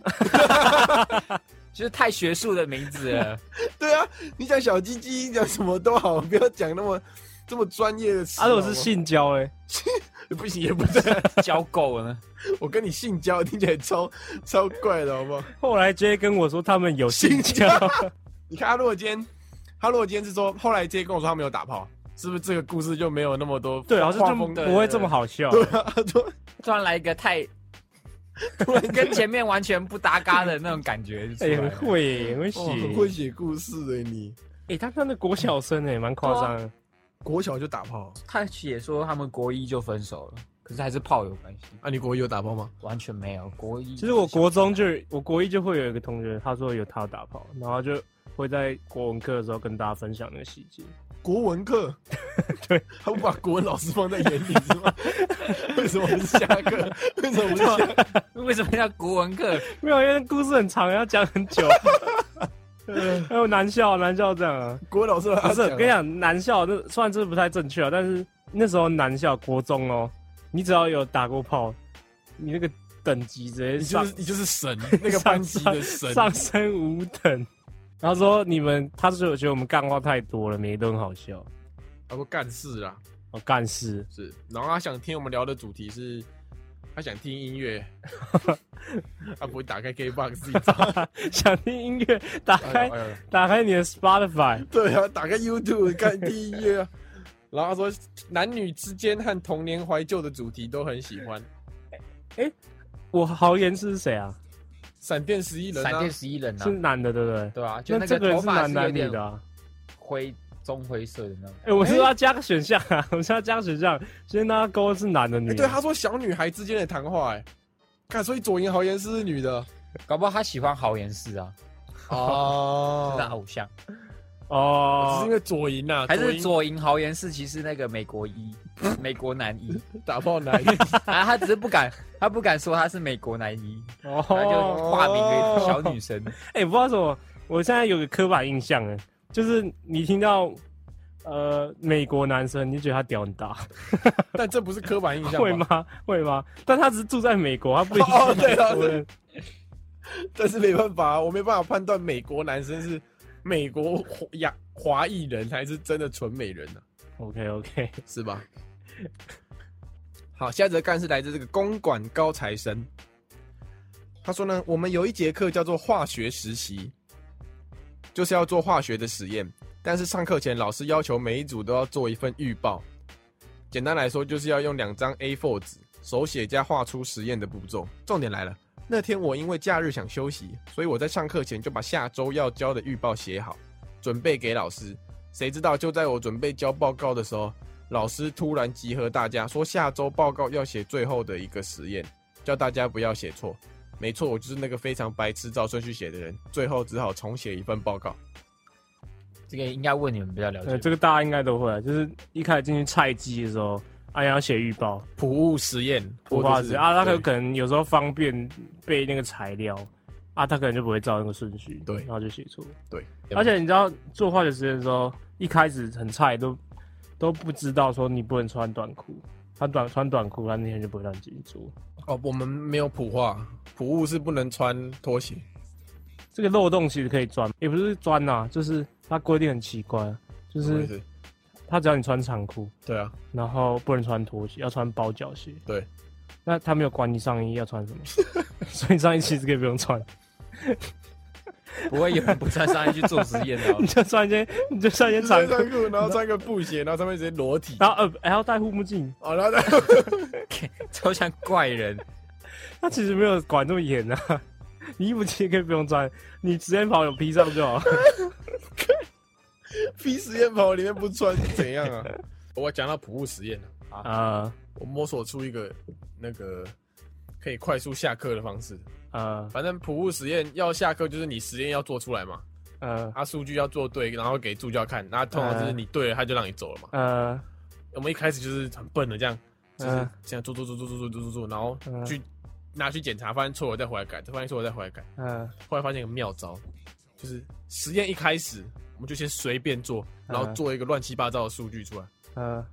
S4: 就是太学术的名字 了。
S1: 对啊，你讲小鸡鸡，讲什么都好，不要讲那么这么专业的词。
S2: 啊，如果
S1: 好
S2: 是
S1: 吗
S2: 性交、欸，
S1: 不行，也不对。
S4: 教够了呢，
S1: 我跟你性交听起来超超怪的，好不好？
S2: 后来 J 跟我说他们有性交，
S1: 你看他如果今天，他如果今天是说，后来直接跟我说他没有打炮，是不是这个故事就没有那么多
S2: 对，好像
S1: 画
S2: 就
S1: 风的？
S2: 不会这么好笑。
S1: 对啊， 他说
S4: 突然来一个太，
S1: 突然间
S4: 跟前面完全不搭嘎的那种感觉就出
S2: 哎、
S4: 来
S2: 很
S4: 了。
S2: 会耶、很会写、
S1: 哦，很会写故事的你，
S2: 哎、他他那国小生哎、蛮夸张的。
S1: 国啊小就打炮啊
S4: 他也说他们国一就分手了，可是还是炮友关系，
S1: 啊？你国一有打炮吗？
S4: 完全没有国一。
S2: 其实我国中就我国一就会有一个同学，他说有他打炮，然后就会在国文课的时候跟大家分享那个细节。
S1: 国文 课，对，他不把国文老师放在眼里是吗？为什么不是下课？为什么不是下课？
S4: 为什么叫国文课？
S2: 没有，因为故事很长，要讲 很久。 哎还有男校，男校这样啊，
S1: 国文老师让他
S2: 不是
S1: 啊
S2: 跟你讲，男校这虽然这不太正确啊，但是那时候男校国中哦，你只要有打过炮，你那个等级直接
S1: 你就
S2: 上
S1: 是你就是神，那个班级的神，
S2: 上升五等。然后说你们，他是觉得我们干话太多了，每一都很好笑，
S1: 他说干事啊，
S2: 哦，干事。
S1: 是，然后他想听我们聊的主题是，他想听音 乐，他不会打开 KBox 自己 找，
S2: 想听音乐，打
S1: 哎
S2: 开
S1: 呦哎呦
S2: 打开你的 Spotify，
S1: 对啊，打开 YouTube 看听音乐啊。然后他说，男女之间和童年怀旧的主题都很喜欢，
S2: 我豪言是谁啊？
S1: 闪电十一人
S4: 闪
S1: 啊
S4: 电，十一人啊
S2: 是，男的，对不对？
S4: 对啊，就
S2: 那
S4: 个
S2: 这
S4: 头
S2: 个人是
S4: 发
S2: 男
S4: 是有
S2: 男女的
S4: 点
S2: 啊？
S4: 灰棕灰色的那种。
S2: 哎、我是说要加个选项啊，我是要加个选项，先让他勾是男的女
S1: 哎
S2: 的。
S1: 对，他说小女孩之间的谈话、哎，看，所以左银豪言是女 的
S4: 搞不好他喜欢豪言氏啊，是他
S1: 哦，
S4: 偶像，
S1: 只是因
S2: 哦，
S1: 为左银啊，
S4: 还是
S1: 银
S4: 左营豪言氏？其实那个美国一，美国男一
S1: 打炮男，
S4: 啊，他只是不敢，他不敢说他是美国男一，他就
S2: 哦，
S4: 化名给小女生。
S2: 哎、不知道为什么，我现在有个刻板印象哎，就是你听到呃美国男生，你就觉得他屌很大，
S1: 但这不是刻板印象吧
S2: 会？吗？会吗？但他只是住在美国，他不一定
S1: 哦对啊
S2: 是美国人
S1: 但是没办法，我没办法判断美国男生是美国华亚华裔人还是真的纯美人啊呢、
S2: OK OK，
S1: 是吧？ 好，下一则干是来自这个公馆高材生，他说呢，我们有一节课叫做化学实习，就是要做化学的实验，但是上课前老师要求每一组都要做一份预报，简单来说就是要用两张 A4 纸手写加画出实验的步骤。重点来了。那天我因为假日想休息，所以我在上课前就把下周要交的预报写好，准备给老师。谁知道就在我准备交报告的时候，老师突然集合大家说下周报告要写最后的一个实验，叫大家不要写错。没错，我就是那个非常白痴照顺序写的人，最后只好重写一份报告。
S4: 这个应该问你们比较了
S2: 呃，
S4: 解。
S2: 这个大家应该都会啊，就是一开始进去菜鸡的时候，啊，你要写预报，
S1: 普物实验，
S2: 不好意
S1: 或者
S2: 思
S1: 是
S2: 啊，他
S1: 对
S2: 可可能有时候方便背那个材料，啊，他可能就不会照那个顺序，
S1: 对
S2: 然后就写错。
S1: 对，
S2: 而且你知道做化学实验的时候，一开始很菜，都都不知道说你不能穿短裤，他短穿短裤，他那天就不会让你进去做。
S1: 哦，我们没有普化，普物是不能穿拖鞋。
S2: 这个漏洞其实可以钻，也不是钻呐、就是它规定很奇怪，啊就
S1: 什么意
S2: 是
S1: 思
S2: 它只要你穿长裤，
S1: 对啊，
S2: 然后不能穿拖鞋，要穿包脚鞋。
S1: 对，
S2: 那他没有管你上衣要穿什么， 所以上衣其实可以不用穿，
S3: 不会有人不穿上衣去做实验的哦
S2: 你。就穿一件你就穿一件
S1: 直
S2: 长
S1: 接
S2: 裤，
S1: 穿裤，然后穿个布鞋，然后上面直接裸体。
S2: 然后呃还要戴护目镜，
S1: 哦，然后再
S3: 超像怪人，
S2: 他其实没有管那么严啊。 你衣服其实可以不用穿，你直接跑有披上就好。
S1: 披实验袍里面不穿是怎样啊？ 我讲到普物实验了，
S2: 呃
S1: 我摸索出一个那个可以快速下课的方式。
S2: 呃
S1: 反正普物实验要下课，就是你实验要做出来嘛，
S2: 呃
S1: 啊，数据要做对，然后给助教看，那通常就是你对了，他就让你走了嘛。
S2: 呃
S1: 我们一开始就是很笨的这样，就是
S2: 嗯
S1: 这样做做做做做做做做做，然后
S2: 嗯
S1: 去拿去检查，发现错了再回来改，发现错了再回来改。
S2: 呃
S1: 后来发现一个妙招，就是实验一开始我们就先随便做，然后
S2: 嗯
S1: 做一个乱七八糟的数据出来，
S2: 呃，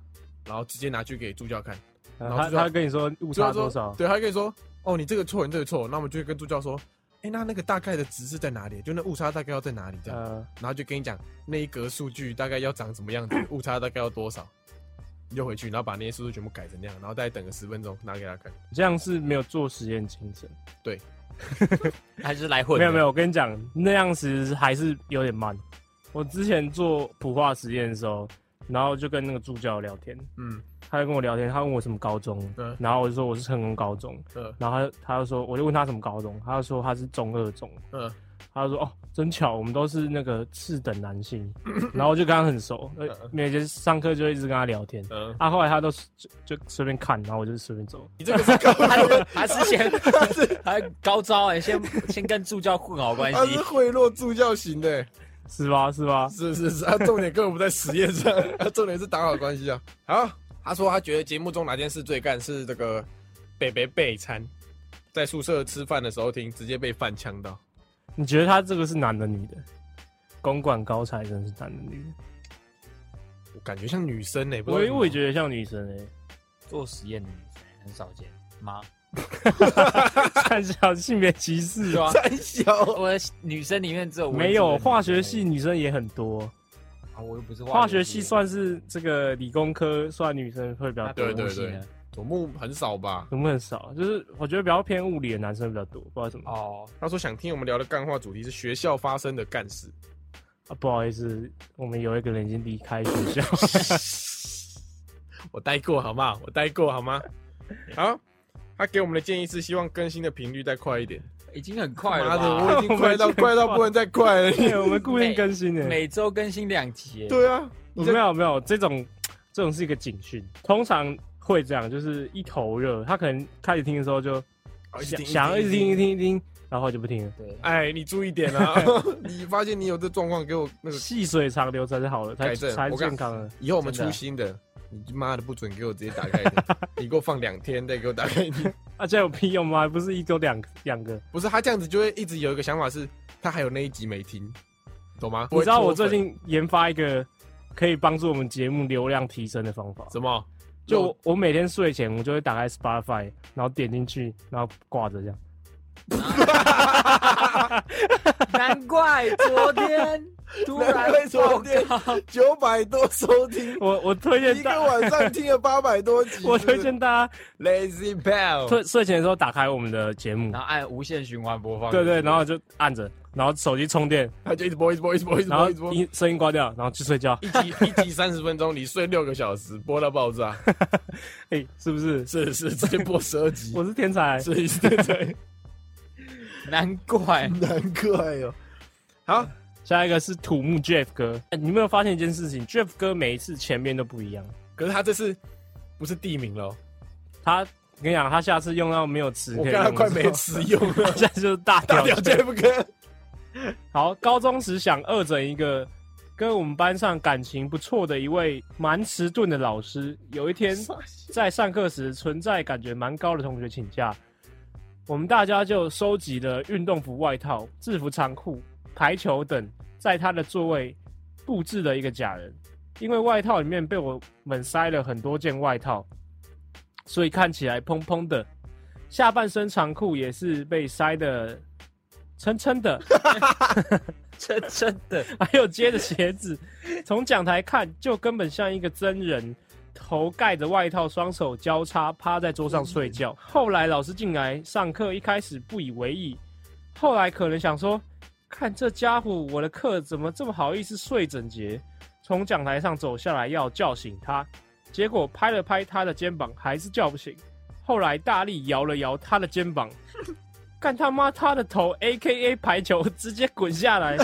S1: 然后直接拿去给助教看。然后
S2: 他
S1: 就要
S2: 他跟你说误
S1: 助
S2: 差
S1: 教
S2: 多
S1: 说
S2: 少？
S1: 对，他跟你说，哦，你这个错，你这个错，那我们就会跟助教说，哎、那那个大概的值是在哪里？就那误差大概要在哪里这样，
S2: 呃
S1: 然后就跟你讲那一格数据大概要长什么 样子，误差大概要多少。你就回去，然后把那些数据全部改成那样，然后再等个十分钟拿给他看。
S2: 这样是没有做实验精神。
S3: 还是来混？
S2: 没有没，有，我跟你讲，那样其实还是有点慢。我之前做普化实验的时候，然后就跟那个助教聊天，
S1: 嗯，
S2: 他就跟我聊天，他问我什么高中，
S1: 嗯
S2: 然后我就说我是成功高中，
S1: 呃，
S2: 然后他他就说我就问他什么高中，他就说他是中二中，
S1: 嗯，
S2: 他就说哦真巧，我们都是那个次等男性，然后我就跟他很熟，呃
S1: 嗯
S2: 每天上课就一直跟他聊天。
S1: 嗯，
S2: 啊，后来他都就就随便看，然后我就随便走。
S1: 你这个是高
S3: 他是他是先他是还高招哎、先先跟助教混好 关
S1: 他
S3: 系
S1: 是，贿赂助教型的、欸
S2: 是吧？是吧？
S1: 是是是，他重点根本不在实验上，他重点是打好关系啊。好，他说他觉得节目中哪件事最干是这个北北备餐，在宿舍吃饭的时候听，直接被饭呛到。
S2: 你觉得他这个是男的女的？公馆高材生是男的女的？
S1: 我感觉像女生呢、不
S2: 我我
S1: 得
S2: 也觉得像女生欸诶、
S3: 做实验的女生很少见吗？
S2: 看起来性别歧视
S3: 对 啊，
S1: 三小。
S3: 我的女生里面只有文字的
S2: 没有
S3: 女生
S2: 化学系女生也很多，
S3: 啊，我又不是
S2: 化
S3: 学
S2: 学系算是这个理工科算女生会比较
S3: 那
S2: 多
S1: 对，
S3: 土木
S1: 对
S3: 系
S1: 对
S3: 呢
S1: 土木很少吧？
S2: 能不能少？就是我觉得比较偏物理的男生比较多，不知道为什么。
S3: 哦，
S1: 他说想 听我们聊的干话主题是学校发生的干事，
S2: 啊，不好意思，我们有一个人已经离开 学校。
S1: 我待过好吗？我待过好吗？好，他给我们的建议是希望更新的频率再快一点。
S3: 已经很快
S1: 妈的，
S3: 了吧？
S1: 我已经快到快到不能再快了。
S2: 对，我们固定更新的。欸
S3: 每周更新两集、欸，
S1: 对啊，
S2: 我没有没有，这种这种是一个警讯，通常会这样，就是一头热，他可能开始听的时候就想想要哦一直听一听一听，然后就不听了。
S3: 对，
S1: 哎，你注意点啊！ 你发现你有这状况，给我那个
S2: 细水长流才是好的，才
S1: 改正
S2: 才
S1: 我
S2: 健
S1: 看
S2: 康啊的。
S1: 以后我们
S3: 真
S1: 出
S3: 的
S1: 新的，你妈的不准给我直接打开一点，你给我放两天再给我打开一点。
S2: 啊，这样有屁用吗？还不是一周两两个？
S1: 不是他这样子就会一直有一个想法是，他还有那一集没听，懂吗？
S2: 你知道
S1: 不
S2: 我
S1: 会脱粉
S2: 最近研发一个可以帮助我们节目流量提升的方法，
S1: 什么？
S2: 就
S1: 我
S2: 我我每天睡前我就会打开 Spotify，然后点进去，然后挂着这样。
S3: 难怪昨天突然
S1: 难怪昨 天
S3: 爆高
S1: 九百多收听，
S2: 我我推荐
S1: 一个
S2: 大，
S1: 晚上听了八百多集。
S2: 我推荐大家
S1: 是不是 Lazy Bell，
S2: 睡睡前的时候打开我们的节目
S3: 然，后按无限循环播放，
S2: 对对，然后就按着，然后手机充电，
S1: 他就一直播，一直播，一直播，一直
S2: 然后
S1: 播，一直播。
S2: 音声音关掉，然后去睡觉。
S1: 一集一集三十分钟，你睡六个小时，播到爆炸，
S2: 哎、是不是？
S1: 是是，直接播十二集，
S2: 我是天才，
S1: 是是对，
S3: 难怪
S1: 难怪哟。好，
S2: 下一个是土木 Jeff 哥。哎你有没有发现一件事情？Jeff 哥每一次前面都不一样。
S1: 可是他这次不是地名了哦，
S2: 他，我跟你讲，他下次用到没有词
S1: 我
S2: 可以
S1: 看
S2: 用
S1: 他
S2: 的时候，
S1: 快 没词用了。
S2: 现在就是大
S1: 大屌
S2: 屌 Jeff。
S1: Jeff 哥，
S2: 好，高中时想恶整一个跟我们班上感情不错的一位蛮迟钝的老师。有一天在上课时存在感觉蛮高的同学请假，我们大家就收集了运动服外套、制服长裤、排球等，在他的座位布置了一个假人。因为外套里面被我们塞了很多件外套，所以看起来蓬蓬的。下半身长裤也是被塞的撑撑的，
S3: 真真的
S2: 还有接着鞋子，从讲台看就根本像一个真人，头盖着外套，双手交叉趴在桌上睡觉。后来老师进来上课，一开始不以为意，后来可能想说，看这家伙，我的课怎么这么好意思睡整节？从讲台上走下来要叫醒他，结果拍了拍他的肩膀，还是叫不醒。后来大力摇了摇他的肩膀，干他妈他的头，A K A 排球直接滚下来，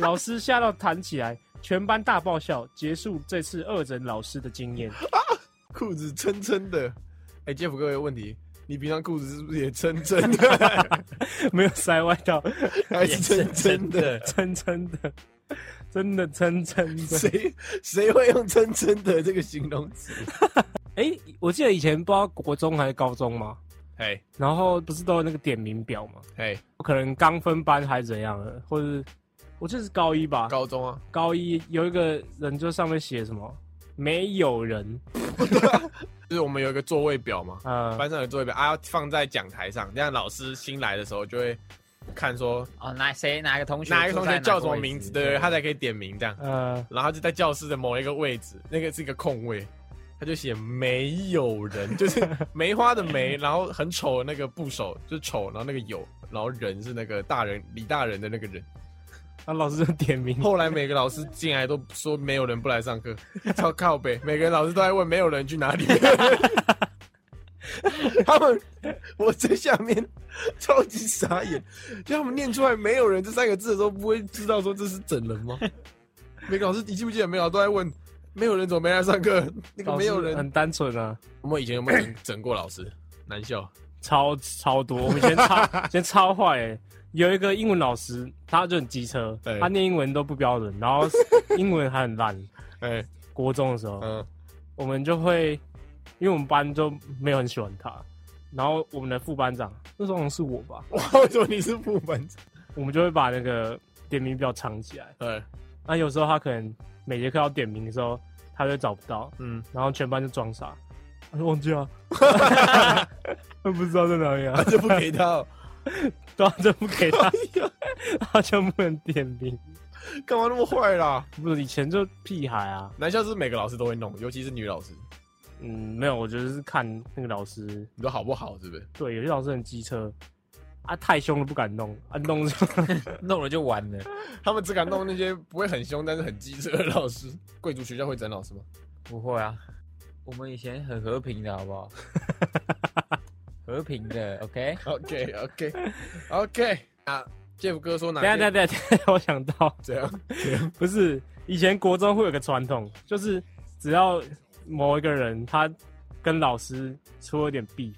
S2: 老师吓到弹起来，全班大爆笑，结束这次恶整老师的经验。
S1: 裤子撑撑的。哎、杰 Jeff 哥有问题，你平常裤子是不是也撑撑的，
S2: 没有塞外套，
S1: 还是撑撑的？
S2: 真真的，真的真真的。
S1: 谁谁会用撑撑的这个形容词？
S2: 哎、我记得以前不知道国中还是高中嘛，
S1: 哎
S2: 然后不是都有那个点名表嘛，
S1: 哎，
S2: 可能刚分班还是怎样的，或者是我这是高一吧，
S1: 高中啊，
S2: 高一有一个人就上面写什么没有人，
S1: 就是我们有一个座位表嘛，
S2: 呃，
S1: 班上有座位表啊，放在讲台上，这样老师新来的时候就会看说
S4: 哦，哪谁哪个同学
S1: 哪一个同
S4: 坐在
S1: 学叫什么
S4: 位置
S1: 名字，对对，他才可以点名这样。
S2: 呃，
S1: 然后就在教室的某一个位置，那个是一个空位，他就写没有人，就是梅花的梅，然后很丑的那个部首就是丑，然后那个有，然后人是那个大人李大人的那个人。
S2: 那啊老师就点 名，
S1: 后来每个老师进来都说没有人不来上课， 超靠北，每个老师都在问没有人去哪里。 他们，我在下面超级傻眼，就他们念出来“没有人”这三个字的时候，不会知道说这是整人吗？每个老师，你记不记得每个老师都在问“没有人怎么没来上课”？那个
S2: 老师
S1: 没有人，
S2: 很单纯啊，
S1: 我们以前有没有整整过老师？ 难笑，
S2: 超超多，我们以前 超以前超坏、欸，有一个英文老师，他就很机车
S1: 对，
S2: 他念英文都不标准，然后英文还很烂，
S1: 哎、
S2: 国中的时候，
S1: 嗯，
S2: 我们就会，因为我们班就没有很喜欢他，然后我们的副班长那时候好像是我吧，
S1: 我为什么你是副班长？
S2: 我们就会把那个点名表藏起来。
S1: 对，
S2: 那有时候他可能每节课要点名的时候，他就找不到，
S1: 嗯，
S2: 然后全班就装傻，他说忘 记了， 都不知道在哪里啊
S1: 他，就不给他哦，
S2: 然后啊就不给他，他就不能点名。
S1: 干嘛那么坏啦？
S2: 不是以前就屁孩啊，
S1: 男校是每个老师都会弄，尤其是女老师，
S2: 嗯，没有，我觉得是看那个老师，
S1: 你说好不好？是不是？
S2: 对，有些老师很机车，啊，太凶了不敢弄，啊，弄就。
S3: 弄了就完了。
S1: 他们只敢弄那些不会很凶，但是很机车的老师。贵族学校会整老师吗？
S3: 不会啊，我们以前很和平的 好不好？和平的，OK。
S1: OK OK OK 啊，Jeff 哥说哪
S2: 等一
S1: 些？
S2: 下等一下等一下，我想到，
S1: 怎样？
S2: 不是以前国中会有个传统，就是只要某一个人他跟老师出了点 beef，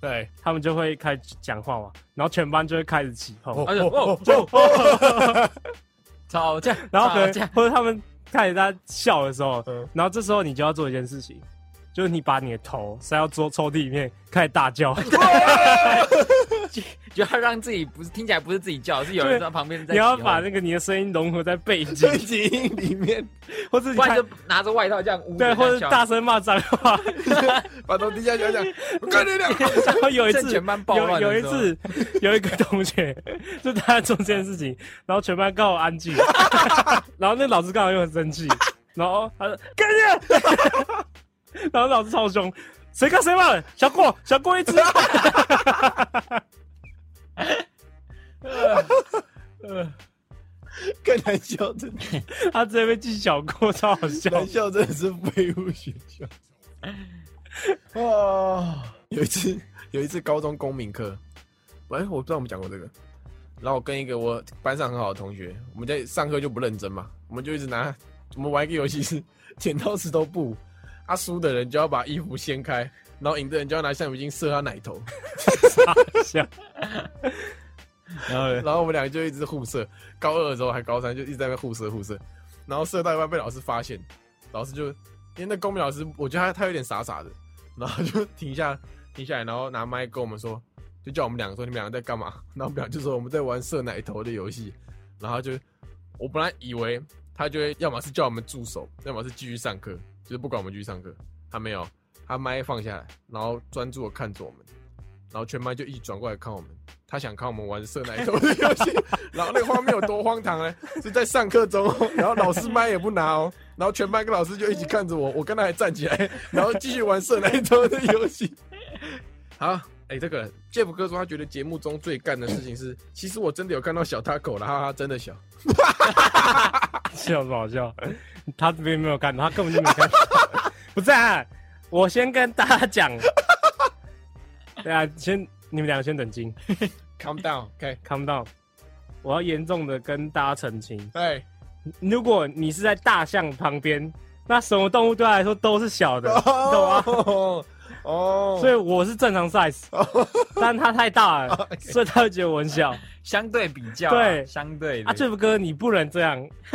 S1: 对，
S2: 他们就会开始讲话嘛，然后全班就会开始起哄，
S1: 哦
S3: 而且哦，吵架，
S2: 然后可
S3: 吵
S2: 能
S3: 架，
S2: 或者他们看着他笑的时候，
S1: 啊嗯
S2: 然后这时候你就要做一件事情，就是你把你的头塞到桌抽屉里面开始大 叫，
S4: 就要让自己不是听起来不是自己叫，是有人在旁边在
S2: 你要
S4: 起哄
S2: 把那个你的声音融合在背景，
S1: 这集 里面
S2: 或者你
S4: 不然
S2: 看
S4: 就拿着外套这样捂着
S2: 对，或
S4: 这
S2: 者
S4: 样叫
S2: 大声骂脏 话。
S1: 把头低下去 讲，我干你俩！
S2: 然后有一
S3: 趁
S2: 次
S3: 全班暴乱
S2: 有有
S3: 的
S2: 一
S3: 时候
S2: 次有一个同学 就他在做这件事情，然后全班刚好安静， 然后那老师刚好又很生气，然后他说干你啊， 然后老师超凶，谁跟谁骂人？小过小过一只，
S1: 更难笑，真的
S2: 他直接被记小过，超好笑。
S1: 难笑，真的是废物学校。啊，有一次有一次高中公民课，哎，我不知道我们讲过这个。然后我跟一个我班上很好的同学，我们在上课就不认真嘛，我们就一直拿我们玩一个游戏是剪刀石头布，啊输的人就要把衣服掀开，然后赢的人就要拿橡皮筋射他奶头，
S2: 笑，
S3: 然 后呢
S1: 然后我们俩就一直互射，高二的时候还高三就一直在那边互射互射，然后射到一半被老师发现，老师就因为那公民 老师我觉得他他有点傻傻的，然后就停下停下来，然后拿麦跟我们说，就叫我们两个说你们两个在干嘛？然后我们俩就说我们在玩射奶头的游戏，然后他就我本来以为他就会要么是叫我们住手，要么是继续上课，就是不管我们继续上课，他没有，他麦放下来，然后专注的看着我们，然后全班就一起转过来看我们。他想看我们玩射奶头的游 戏，然后那个画面有多荒唐呢？是在上课中哦，然后老师麦也不拿哦，然后全班跟老师就一起看着我，我跟他还站起来，然后继续玩射奶头的游戏。 好，哎、这个 Jeff 哥说他觉得节目中最干的事情是，其实我真的有看到小他狗了，哈哈，真的小。
S2: 笑什么好笑？他这边没有看，他根本就没看。不是啊，我先跟大家讲， 对啊，先你们两个先冷静
S1: Calm down，OK，、
S2: ，calm down。我要严重的跟大家澄清，
S1: 对，
S2: 如果你是在大象旁边，那什么动物对他来说都是小的，你懂吗？
S1: 哦，哦，
S2: 所以我是正常 size，但它太大
S3: 哦
S2: 了，
S1: OK
S2: 所以他会觉得我很小。
S3: 相对比较啊，
S2: 对
S3: 相 对的
S2: 啊，这福哥，你不能这样，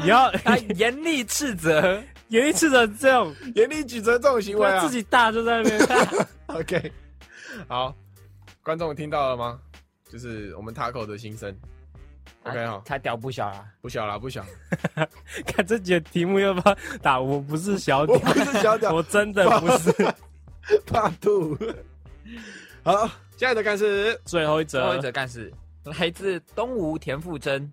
S2: 你要
S3: 他严厉斥 责，
S2: 有一次的这种，
S1: 严厉指责这种行为啊，
S2: 自己大就在那边，
S1: OK，好，观众听到了吗？就是我们 Taco 的心声。OK 哈，
S3: 他屌不小啊，
S1: 不小啦，不小，
S2: 看这节题目要不要打？我不是小
S1: 我
S2: 屌，
S1: 不是小屌
S2: 我真的不是。
S1: 怕吐。好，现在的干事，
S2: 最后一
S3: 最后一
S2: 则，
S3: 则干事来自东吴田馥甄，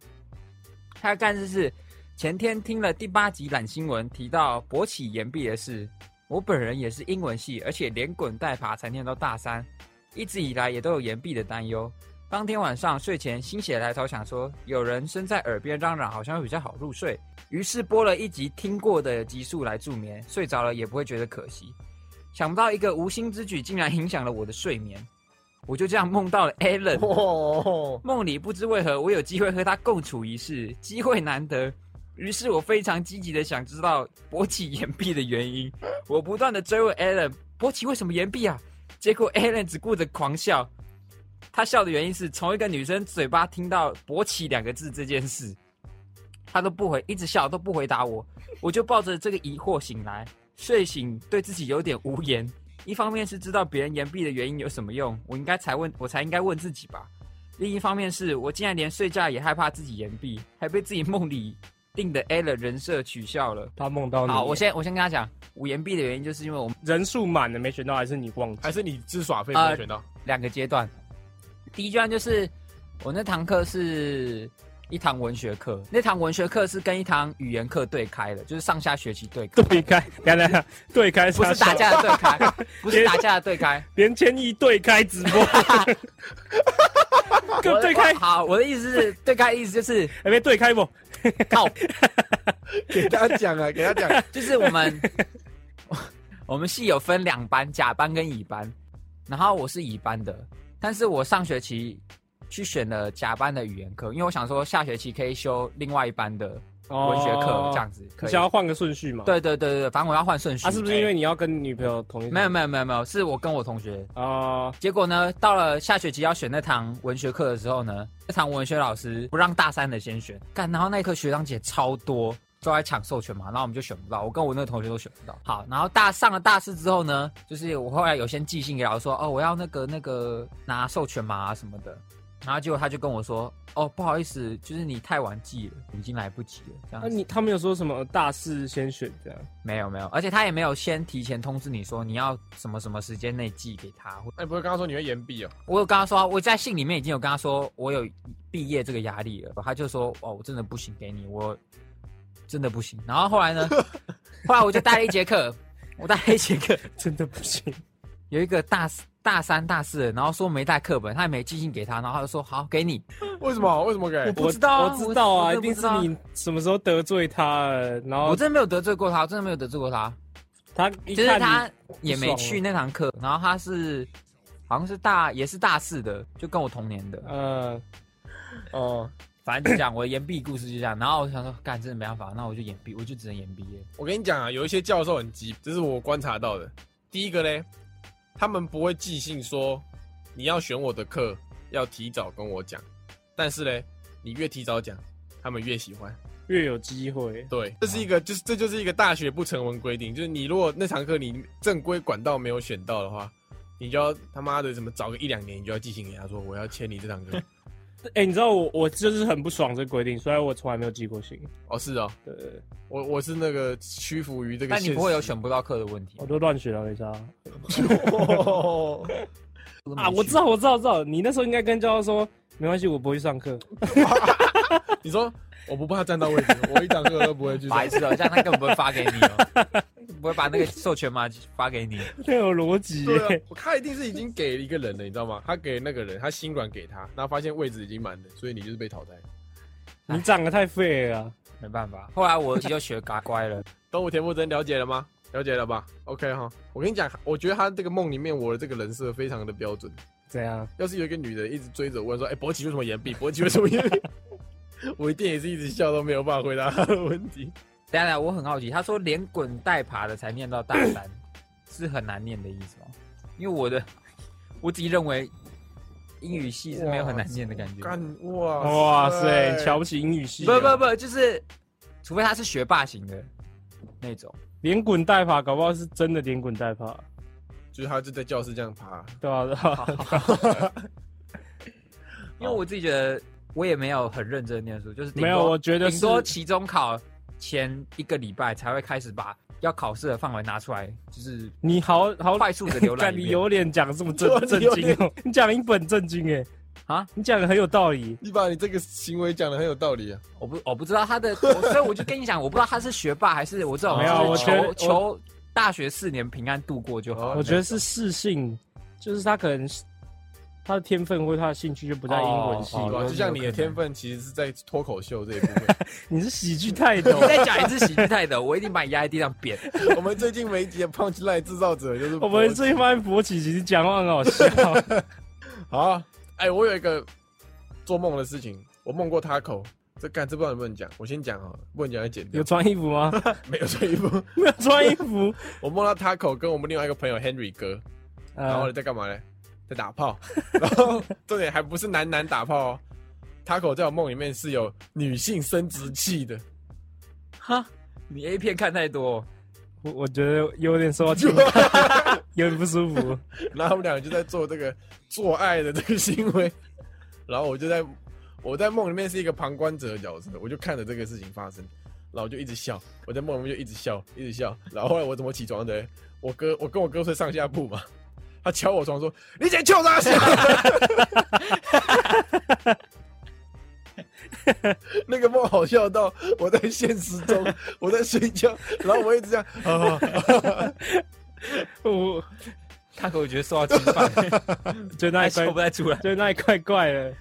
S3: 他的干事是前天听了第八集懒新闻提到勃起岩壁的事，我本人也是英文系，而且连滚带爬才念到大三，一直以来也都有岩壁的担忧。当天晚上睡前心血来潮，想说有人身在耳边嚷嚷，好像会比较好入睡，于是播了一集听过的集数来助眠，睡着了也不会觉得可惜。想不到一个无心之举竟然影响了我的睡眠，我就这样梦到了 Alan，
S1: 哦，
S3: 梦里不知为何，我有机会和他共处一室，机会难得。于是我非常积极的想知道勃起岩壁的原因，我不断的追问 Alan 勃起为什么岩壁啊？结果 Alan 只顾着狂笑，他笑的原因是从一个女生嘴巴听到勃起两个字这件事，他都不回，一直笑都不回答我，我就抱着这个疑惑醒来，睡醒对自己有点无言。一方面是知道别人岩壁的原因有什么用，我应该才问，我才应该问自己吧。另一方面是我竟然连睡觉也害怕自己言毕，还被自己梦里定的 A 了人设取笑了。
S2: 他梦到你，
S3: 好，我先我先跟他讲，我言毕的原因就是因为我们
S2: 人数满了没选到，还是你忘记？
S1: 还是你自耍费没有选到？
S3: 两个阶段，第一阶段就是我那堂课是一堂文学课，那堂文学课是跟一堂语言课对开的，就是上下学期对开，
S2: 对开，等一下等一下，对开
S3: 不是打
S2: 傻笑，
S3: 架的对开，不是打架的对开。
S2: 连千亿对开直 播，
S3: 我
S2: 跟对开，
S3: 好，我的意思是对开，意思就是
S2: 还没对开不？
S3: 靠
S1: 给他讲啊，给他 讲。
S3: 就是我们我 们系有分两班，甲班跟乙班，然后我是乙班的，但是我上学期去选了甲班的语言课，因为我想说下学期可以修另外一班的文学课，这样子可
S2: 你哦
S3: 以
S2: 想。要换个顺序嘛？，
S3: 对对对对，对反正我要换顺序。哎
S2: 啊，是不是因为你要跟女朋友同一？
S3: 没有没有没有没有，是我跟我同学
S2: 啊，
S3: 结果呢，到了下学期要选那堂文学课的时候呢，那堂文学老师不让大三的先选，干，然后那一科学长姐超多，都在抢授权嘛，然后我们就选不到，我跟我那个同学都选不到。好，然后大上了大四之后呢，就是我后来有先寄信给老师说，哦，我要那个那个拿授权码啊什么的，然后结果他就跟我说，哦，不好意思，就是你太晚寄了，已经来不及了，这
S2: 那
S3: 样
S2: 啊
S3: 子。
S2: 你他没有说什么大四先选这样？
S3: 没有没有，而且他也没有先提前通知你说你要什么什么时间内寄给他，或
S1: 哎那你不会刚刚说你会延毕哦？
S3: 我有跟他说，我在信里面已经有跟他说，我有毕业这个压力了。他就说，哦，我真的不行，给你，我真的不行。然后后来呢，后来我就带了一节课，我带了一节课，
S2: 真的不行，
S3: 有一个大四大三、大四的，然后说没带课本，他也没寄信给他，然后他就说好给你。
S1: 为什么？为什么给？
S3: 不知道啊
S2: 哎我知道啊，
S3: 我
S2: 一定
S3: 真的不
S2: 是
S3: 知道啊
S2: 你什么时候得罪他了，然
S3: 我
S2: 后
S3: 真的没有得罪过他，我真的没有得罪过他，
S2: 他一
S3: 就是
S2: 看
S3: 他
S2: 你
S3: 也没去那堂课，然后他是好像是大也是大四的，就跟我同年的，
S2: 呃，
S1: 哦，
S3: 反正就讲我的岩壁故事就这样。然后我想说，干真的没办法，那我就岩壁，我就只能岩壁了。
S1: 我跟你讲啊，有一些教授很急，这是我观察到的。第一个嘞，他们不会寄信说你要选我的课，要提早跟我讲。但是嘞，你越提早讲，他们越喜欢。
S2: 越有机会。
S1: 对，这是一个，就是这就是一个大学不成文规定，就是你如果那堂课你正规管道没有选到的话，你就要他妈的怎么早个一两年，你就要寄信给他说我要签你这堂课。
S2: 哎、你知道我我就是很不爽这个规定，所以我从来没有寄过信。
S1: 哦，是哦，
S2: 对对对，
S1: 我我是那个屈服于这个
S3: 但
S1: 现实。
S3: 你不会有选不到课的问题
S2: 我都乱学了，没差。
S1: 哦
S3: 都没
S2: 啊，我知道，我知道，知道。你那时候应该跟教授说，没关系，我不会去上 课。
S1: 你说我不怕占到位置，我一堂课都不 会去
S3: 去
S1: 上
S3: 白。痴哦，这样他根本不会发给你哦， 不会把那个授权码发给你。
S2: 很有逻 辑
S1: 对啊
S2: 耶。，
S1: 我他一定是已经给了一个人了，你知道吗？他给那个人，他心软给他，然后发现位置已经满了，所以你就是被淘汰。
S2: 你长得太废了啊。
S3: 没办法，后来我就学嘎乖了。
S1: 东武田馥甄了解了吗？了解了吧？OK 哈，我跟你讲，我觉得他这个梦里面我的这个人设非常的标准。
S2: 怎样？
S1: 要是有一个女的一直追着我问说：“哎、博奇为什么岩 壁？博奇为什么岩壁？”我一定也是一直笑都没有办法回答他的问题。
S3: 当然，我很好奇，他说连滚带爬的才念到大三，是很难念的意思吗？因为我的 我自己认为英语系是没有很难念的感觉。
S1: 干哇
S2: 哇塞，瞧不起英语系、啊
S3: 不不，不，就是除非他是学霸型的那种。
S2: 连滚带爬，搞不好是真的连滚带爬，
S1: 就是他就在教室这样爬，
S2: 对吧、啊？对吧、
S3: 因为我自己觉得我也没有很认真念书，就是顶
S2: 哦没
S3: 多
S2: 有我觉得是
S3: 顶多期中考前一个礼拜才会开始把要考试的范围拿出来，就是
S2: 你好好
S3: 快 速的浏览
S2: 看
S3: 一
S2: 你
S3: 遍。
S2: 有脸讲这么正
S1: 我
S2: 正
S1: 有
S2: 经哦、 你讲得一本正经哎、
S3: 啊，
S2: 你讲的很有道理。
S1: 你把你这个行为讲的很有道理啊。
S3: 我不我不知道他的，我所以我就跟你讲，我不知道他是学霸还是我这种
S2: 没有
S3: 就
S2: 我
S3: 是
S2: 觉得
S3: 求求大学四年平安度过就好。
S2: 我觉得是适性，就是他可能是他的天分或者他的兴趣就不在英文系。
S3: 哦
S1: 对吧？
S3: 有
S1: 就像你的天分其实是在脱口秀这一部分。
S2: 你是喜剧泰 斗
S3: 你，再讲一次喜剧态的，我一定把你压在地上扁。
S1: 我们最近每一集的 punch line 制造者就是
S2: 我们
S1: 博
S2: 最近发现博奇其实讲话很好 笑。
S1: 好啊，哎、我有一个做梦的事情，我梦过 taco。这干这不知道能不能讲，我先讲啊，不能讲就剪掉
S2: 有。穿衣服吗？
S1: 没有这一步，
S2: 没有穿衣服。
S1: 我梦到 taco 跟我们另外一个朋友 Henry 哥，然后
S2: 呃，
S1: 在干嘛呢？在打炮，然后重点还不是男男打炮哦。Taco 在我梦里面是有女性生殖器的，
S3: 哈，你 A 片看太多，
S2: 我我觉得有点 受到侵犯，有点不舒服。
S1: 然后他们两个就在做这个做爱的这个行为，然后我就在我在梦里面是一个旁观者的角色，我就看着这个事情发生，然后我就一直笑，我在梦里面就一直笑，一直笑，然后后来我怎么起床的？我哥，我跟我哥睡上下铺嘛，他敲我床说：“你姐敲啥笑？” 那个梦好笑到我在现实中我在睡觉，然后我一直这样， 啊
S2: 我
S3: 他可我觉得受到侵犯，
S2: 觉得 那
S3: 还
S2: 里怪
S3: 笑不，太出来。
S2: 觉得那里怪怪的。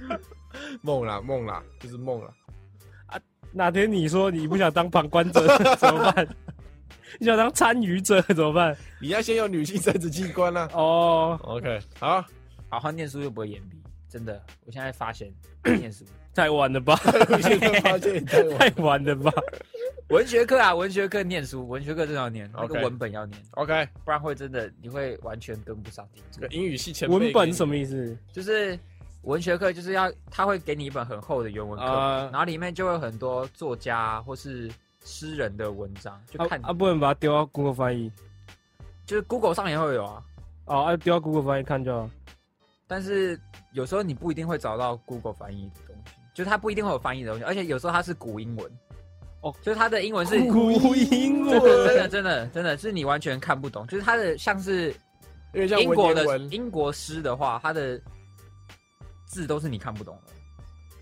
S1: 梦啦梦啦，就是梦啦。
S2: 哪天你说你不想当旁观者 怎么办？你想当参与者怎么办？
S1: 你要先有女性生殖器官啦、
S2: 哦，
S1: OK，好，
S3: 好好念书又不会延毕，真的，我现在发现 念书。
S2: 太晚了吧，
S1: 我现在发现你在玩
S2: 太晚了吧。
S3: 文学课啊，文学课念书，文学课真的要念，那个
S1: OK
S3: 文本要念，
S1: OK，
S3: 不然会真的你会完全跟不上进
S1: 这
S3: 度
S1: 个。英语系前辈
S2: 文本
S1: 给
S2: 什么意思？
S3: 就是文学课就是要他会给你一本很厚的原文课，
S2: 啊
S1: 呃
S3: 然后里面就会有很多作家或是诗人的文章，就
S2: 啊
S3: 看、
S2: 啊，不能把它丢到 Google 翻译。
S3: 就是 Google 上也会有啊，
S2: 哦，啊，丢到 Google 翻译看就好。
S3: 但是有时候你不一定会找到 Google 翻译的东西，就是它不一定会有翻译的东西，而且有时候它是古英文，
S2: 哦，
S3: 就是它的英文是
S2: 古英
S3: 真的真的
S2: 文，
S3: 真的真的是你完全看不懂，就是它的像是
S1: 你，因为像
S3: 英
S1: 文
S3: 国
S1: 言
S3: 的
S1: 文，
S3: 英国诗的话，它的字都是你看不懂的，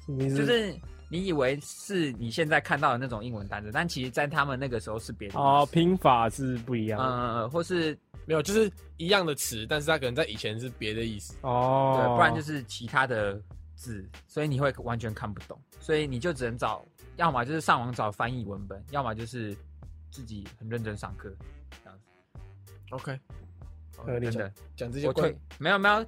S2: 什么意思？
S3: 就是你以为是你现在看到的那种英文单词，但其实，在他们那个时候是别的
S2: 哦，
S3: 意思，
S2: 拼法是不一样
S3: 嗯、
S2: 的。
S3: 呃，或是、
S1: 没有，就是一样的词，但是它可能在以前是别的意思。
S2: 哦，
S3: 对，不然就是其他的字，所以你会完全看不懂，所以你就只能找，要么就是上网找翻译文本，要么就是自己很认真上课，
S1: OK，
S2: 合理
S3: 真的，
S1: 讲这些
S3: 我
S1: 关
S3: 推没有没有，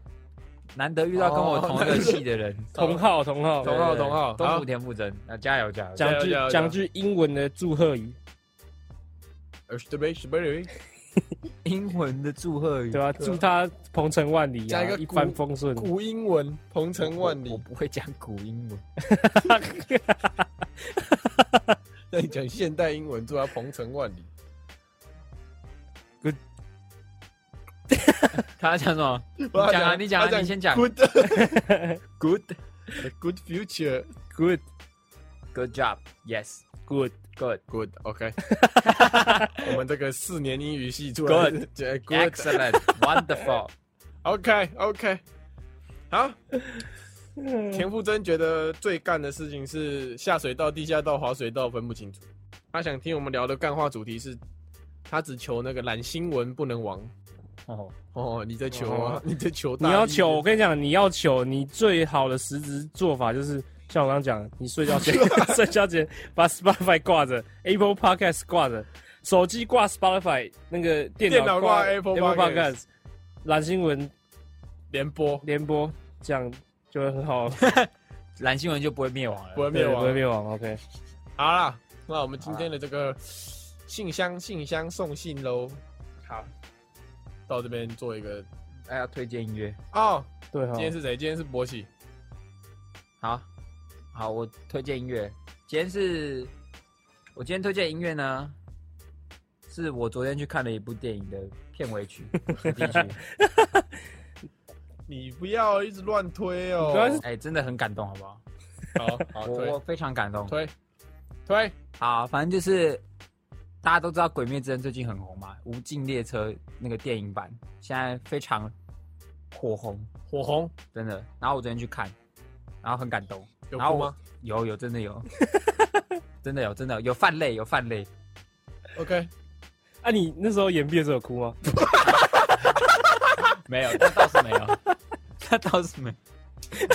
S3: 难得遇到跟我
S1: 哦
S3: 同一个系的人。
S2: 同号同号。
S1: 同号同号
S3: 东
S1: 好
S3: 部田馥甄，那加油加油！
S2: 讲句
S1: 加油加油
S2: 讲句英文的祝贺语，
S1: 呃，对不对？对不对？
S3: 英文的祝贺语，
S2: 对吧？祝他鹏程万里啊
S1: 加一，个
S2: 一
S1: 古
S2: 帆风顺。
S1: 古英文，鹏程万
S3: 我
S1: 里，
S3: 不会讲古英文，
S1: 那你讲现代英文，祝他鹏程万里。
S3: 他讲什么？
S1: 你
S3: 讲啊你讲啊你先讲
S1: Good good a good future
S2: Good,
S3: Good job. Yes.
S2: good.
S3: Good.
S1: good OK 。我们这个四年英语系出来
S3: Good
S1: 觉得 good
S3: Excellent. Wonderful.
S1: OK OK。好，田馥甄觉得最干的事情是下水道、地下道、滑水道分不清楚。他想听我们聊的干话主题是，他只求那个懒新闻不能亡。
S3: 哦，
S1: 哦，你在求啊，你在求大
S2: 你
S1: 义，
S2: 要求，我跟你讲，你要求，你最好的实质做法就是，像我刚刚讲，你 睡觉前睡觉前把 Spotify 挂着，Apple Podcast 挂着，手机挂 Spotify，那个电
S1: 电脑
S2: 脑
S1: 挂 Apple
S2: Apple
S1: Podcast
S2: Podcast，蓝新闻
S1: 连播
S2: 联播，这样就会很好，
S3: 蓝新闻就不会灭亡了。
S1: 不会灭
S2: 对，不
S1: 亡
S2: 会。灭亡。OK，
S1: 好啦，那我们今天的这个信箱信箱送信喽，
S3: 好，
S1: 到这边做一个
S3: 大家推荐音乐。
S1: 哦。
S2: 对哈
S1: 今，天是谁？今天是博喜。
S3: 好，好，我推荐音乐。今天是，我今天推荐音乐呢，是我昨天去看了一部电影的片尾曲。主题曲
S1: 你不要一直乱推哦
S2: 你不要一直。
S3: 哎、真的很感动，好不好？
S1: 好 好
S3: 我我
S1: 推
S3: 非常感动。
S1: 推推，
S3: 好，反正就是大家都知道《鬼灭之刃》最近很红嘛，《无尽列车》那个电影版现在非常火红，
S1: 火红
S3: 真的。然后我昨天去看，然后很感动。
S1: 有
S3: 然后
S1: 哭
S3: 我
S1: 吗
S3: 有有真的有， 真的有真的有泛泪有泛泪，
S1: ？OK，
S2: 啊，你那时候演毕的时候有哭吗？
S3: 没有，那倒是没有， 那倒是没有。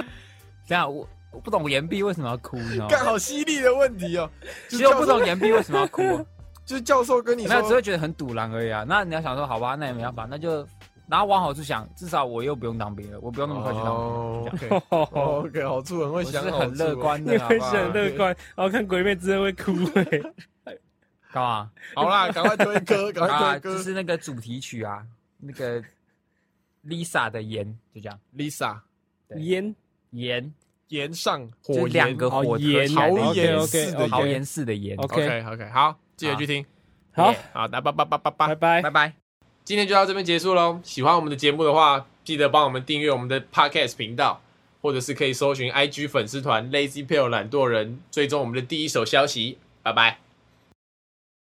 S3: 这样我我不懂岩壁为什么要哭，你知道
S1: 干
S3: 吗？
S1: 好犀利的问题哦。
S3: 其
S1: 就
S3: 实我不
S1: 教授
S3: 懂岩壁为什么要哭、哦
S1: 就是教授跟你
S3: 没有，只
S1: 说
S3: 会觉得很堵然而已啊。那你要想说，好吧，那也没办法，那就然后往好处想，至少我又不用当兵了，我不用那么快去当兵。
S1: 哦
S3: 就
S1: OK，哦 OK，好处很会
S3: 我是
S1: 想，好
S3: 很
S1: 处
S3: 乐
S1: 哦。
S3: 观
S2: 你
S3: 的，好
S2: 会
S3: 不
S2: 是
S3: 好？
S2: 很乐观，然后看鬼妹之后 会哭哎、
S3: 干嘛？
S1: 好啦，赶快推歌， 赶
S3: 啊，
S1: 快推
S3: 就
S1: 歌。
S3: 是那个主题曲啊，那个 Lisa 的盐，就这样，
S1: Lisa，
S3: 对
S2: 烟
S3: 盐
S1: 岩上火
S3: 就是
S1: 焰
S3: 两个
S2: 好
S3: 火
S2: 盐
S3: 合起来的
S1: 好盐
S2: OK，OK，OK
S1: 似的
S3: 豪
S1: 盐。
S3: 言似的盐。
S2: ，OK，
S1: OK OK，好，记得去听。
S2: 好，
S1: 好，那叭叭叭叭叭
S2: 拜。拜
S3: 拜。拜。
S1: 今天就到这边结束喽。喜欢我们的节目的话，记得帮我们订阅我们的 Podcast 频道，或者是可以搜寻 IG 粉丝团 Lazy p a l e 懒惰人，追踪我们的第一手消息。拜拜。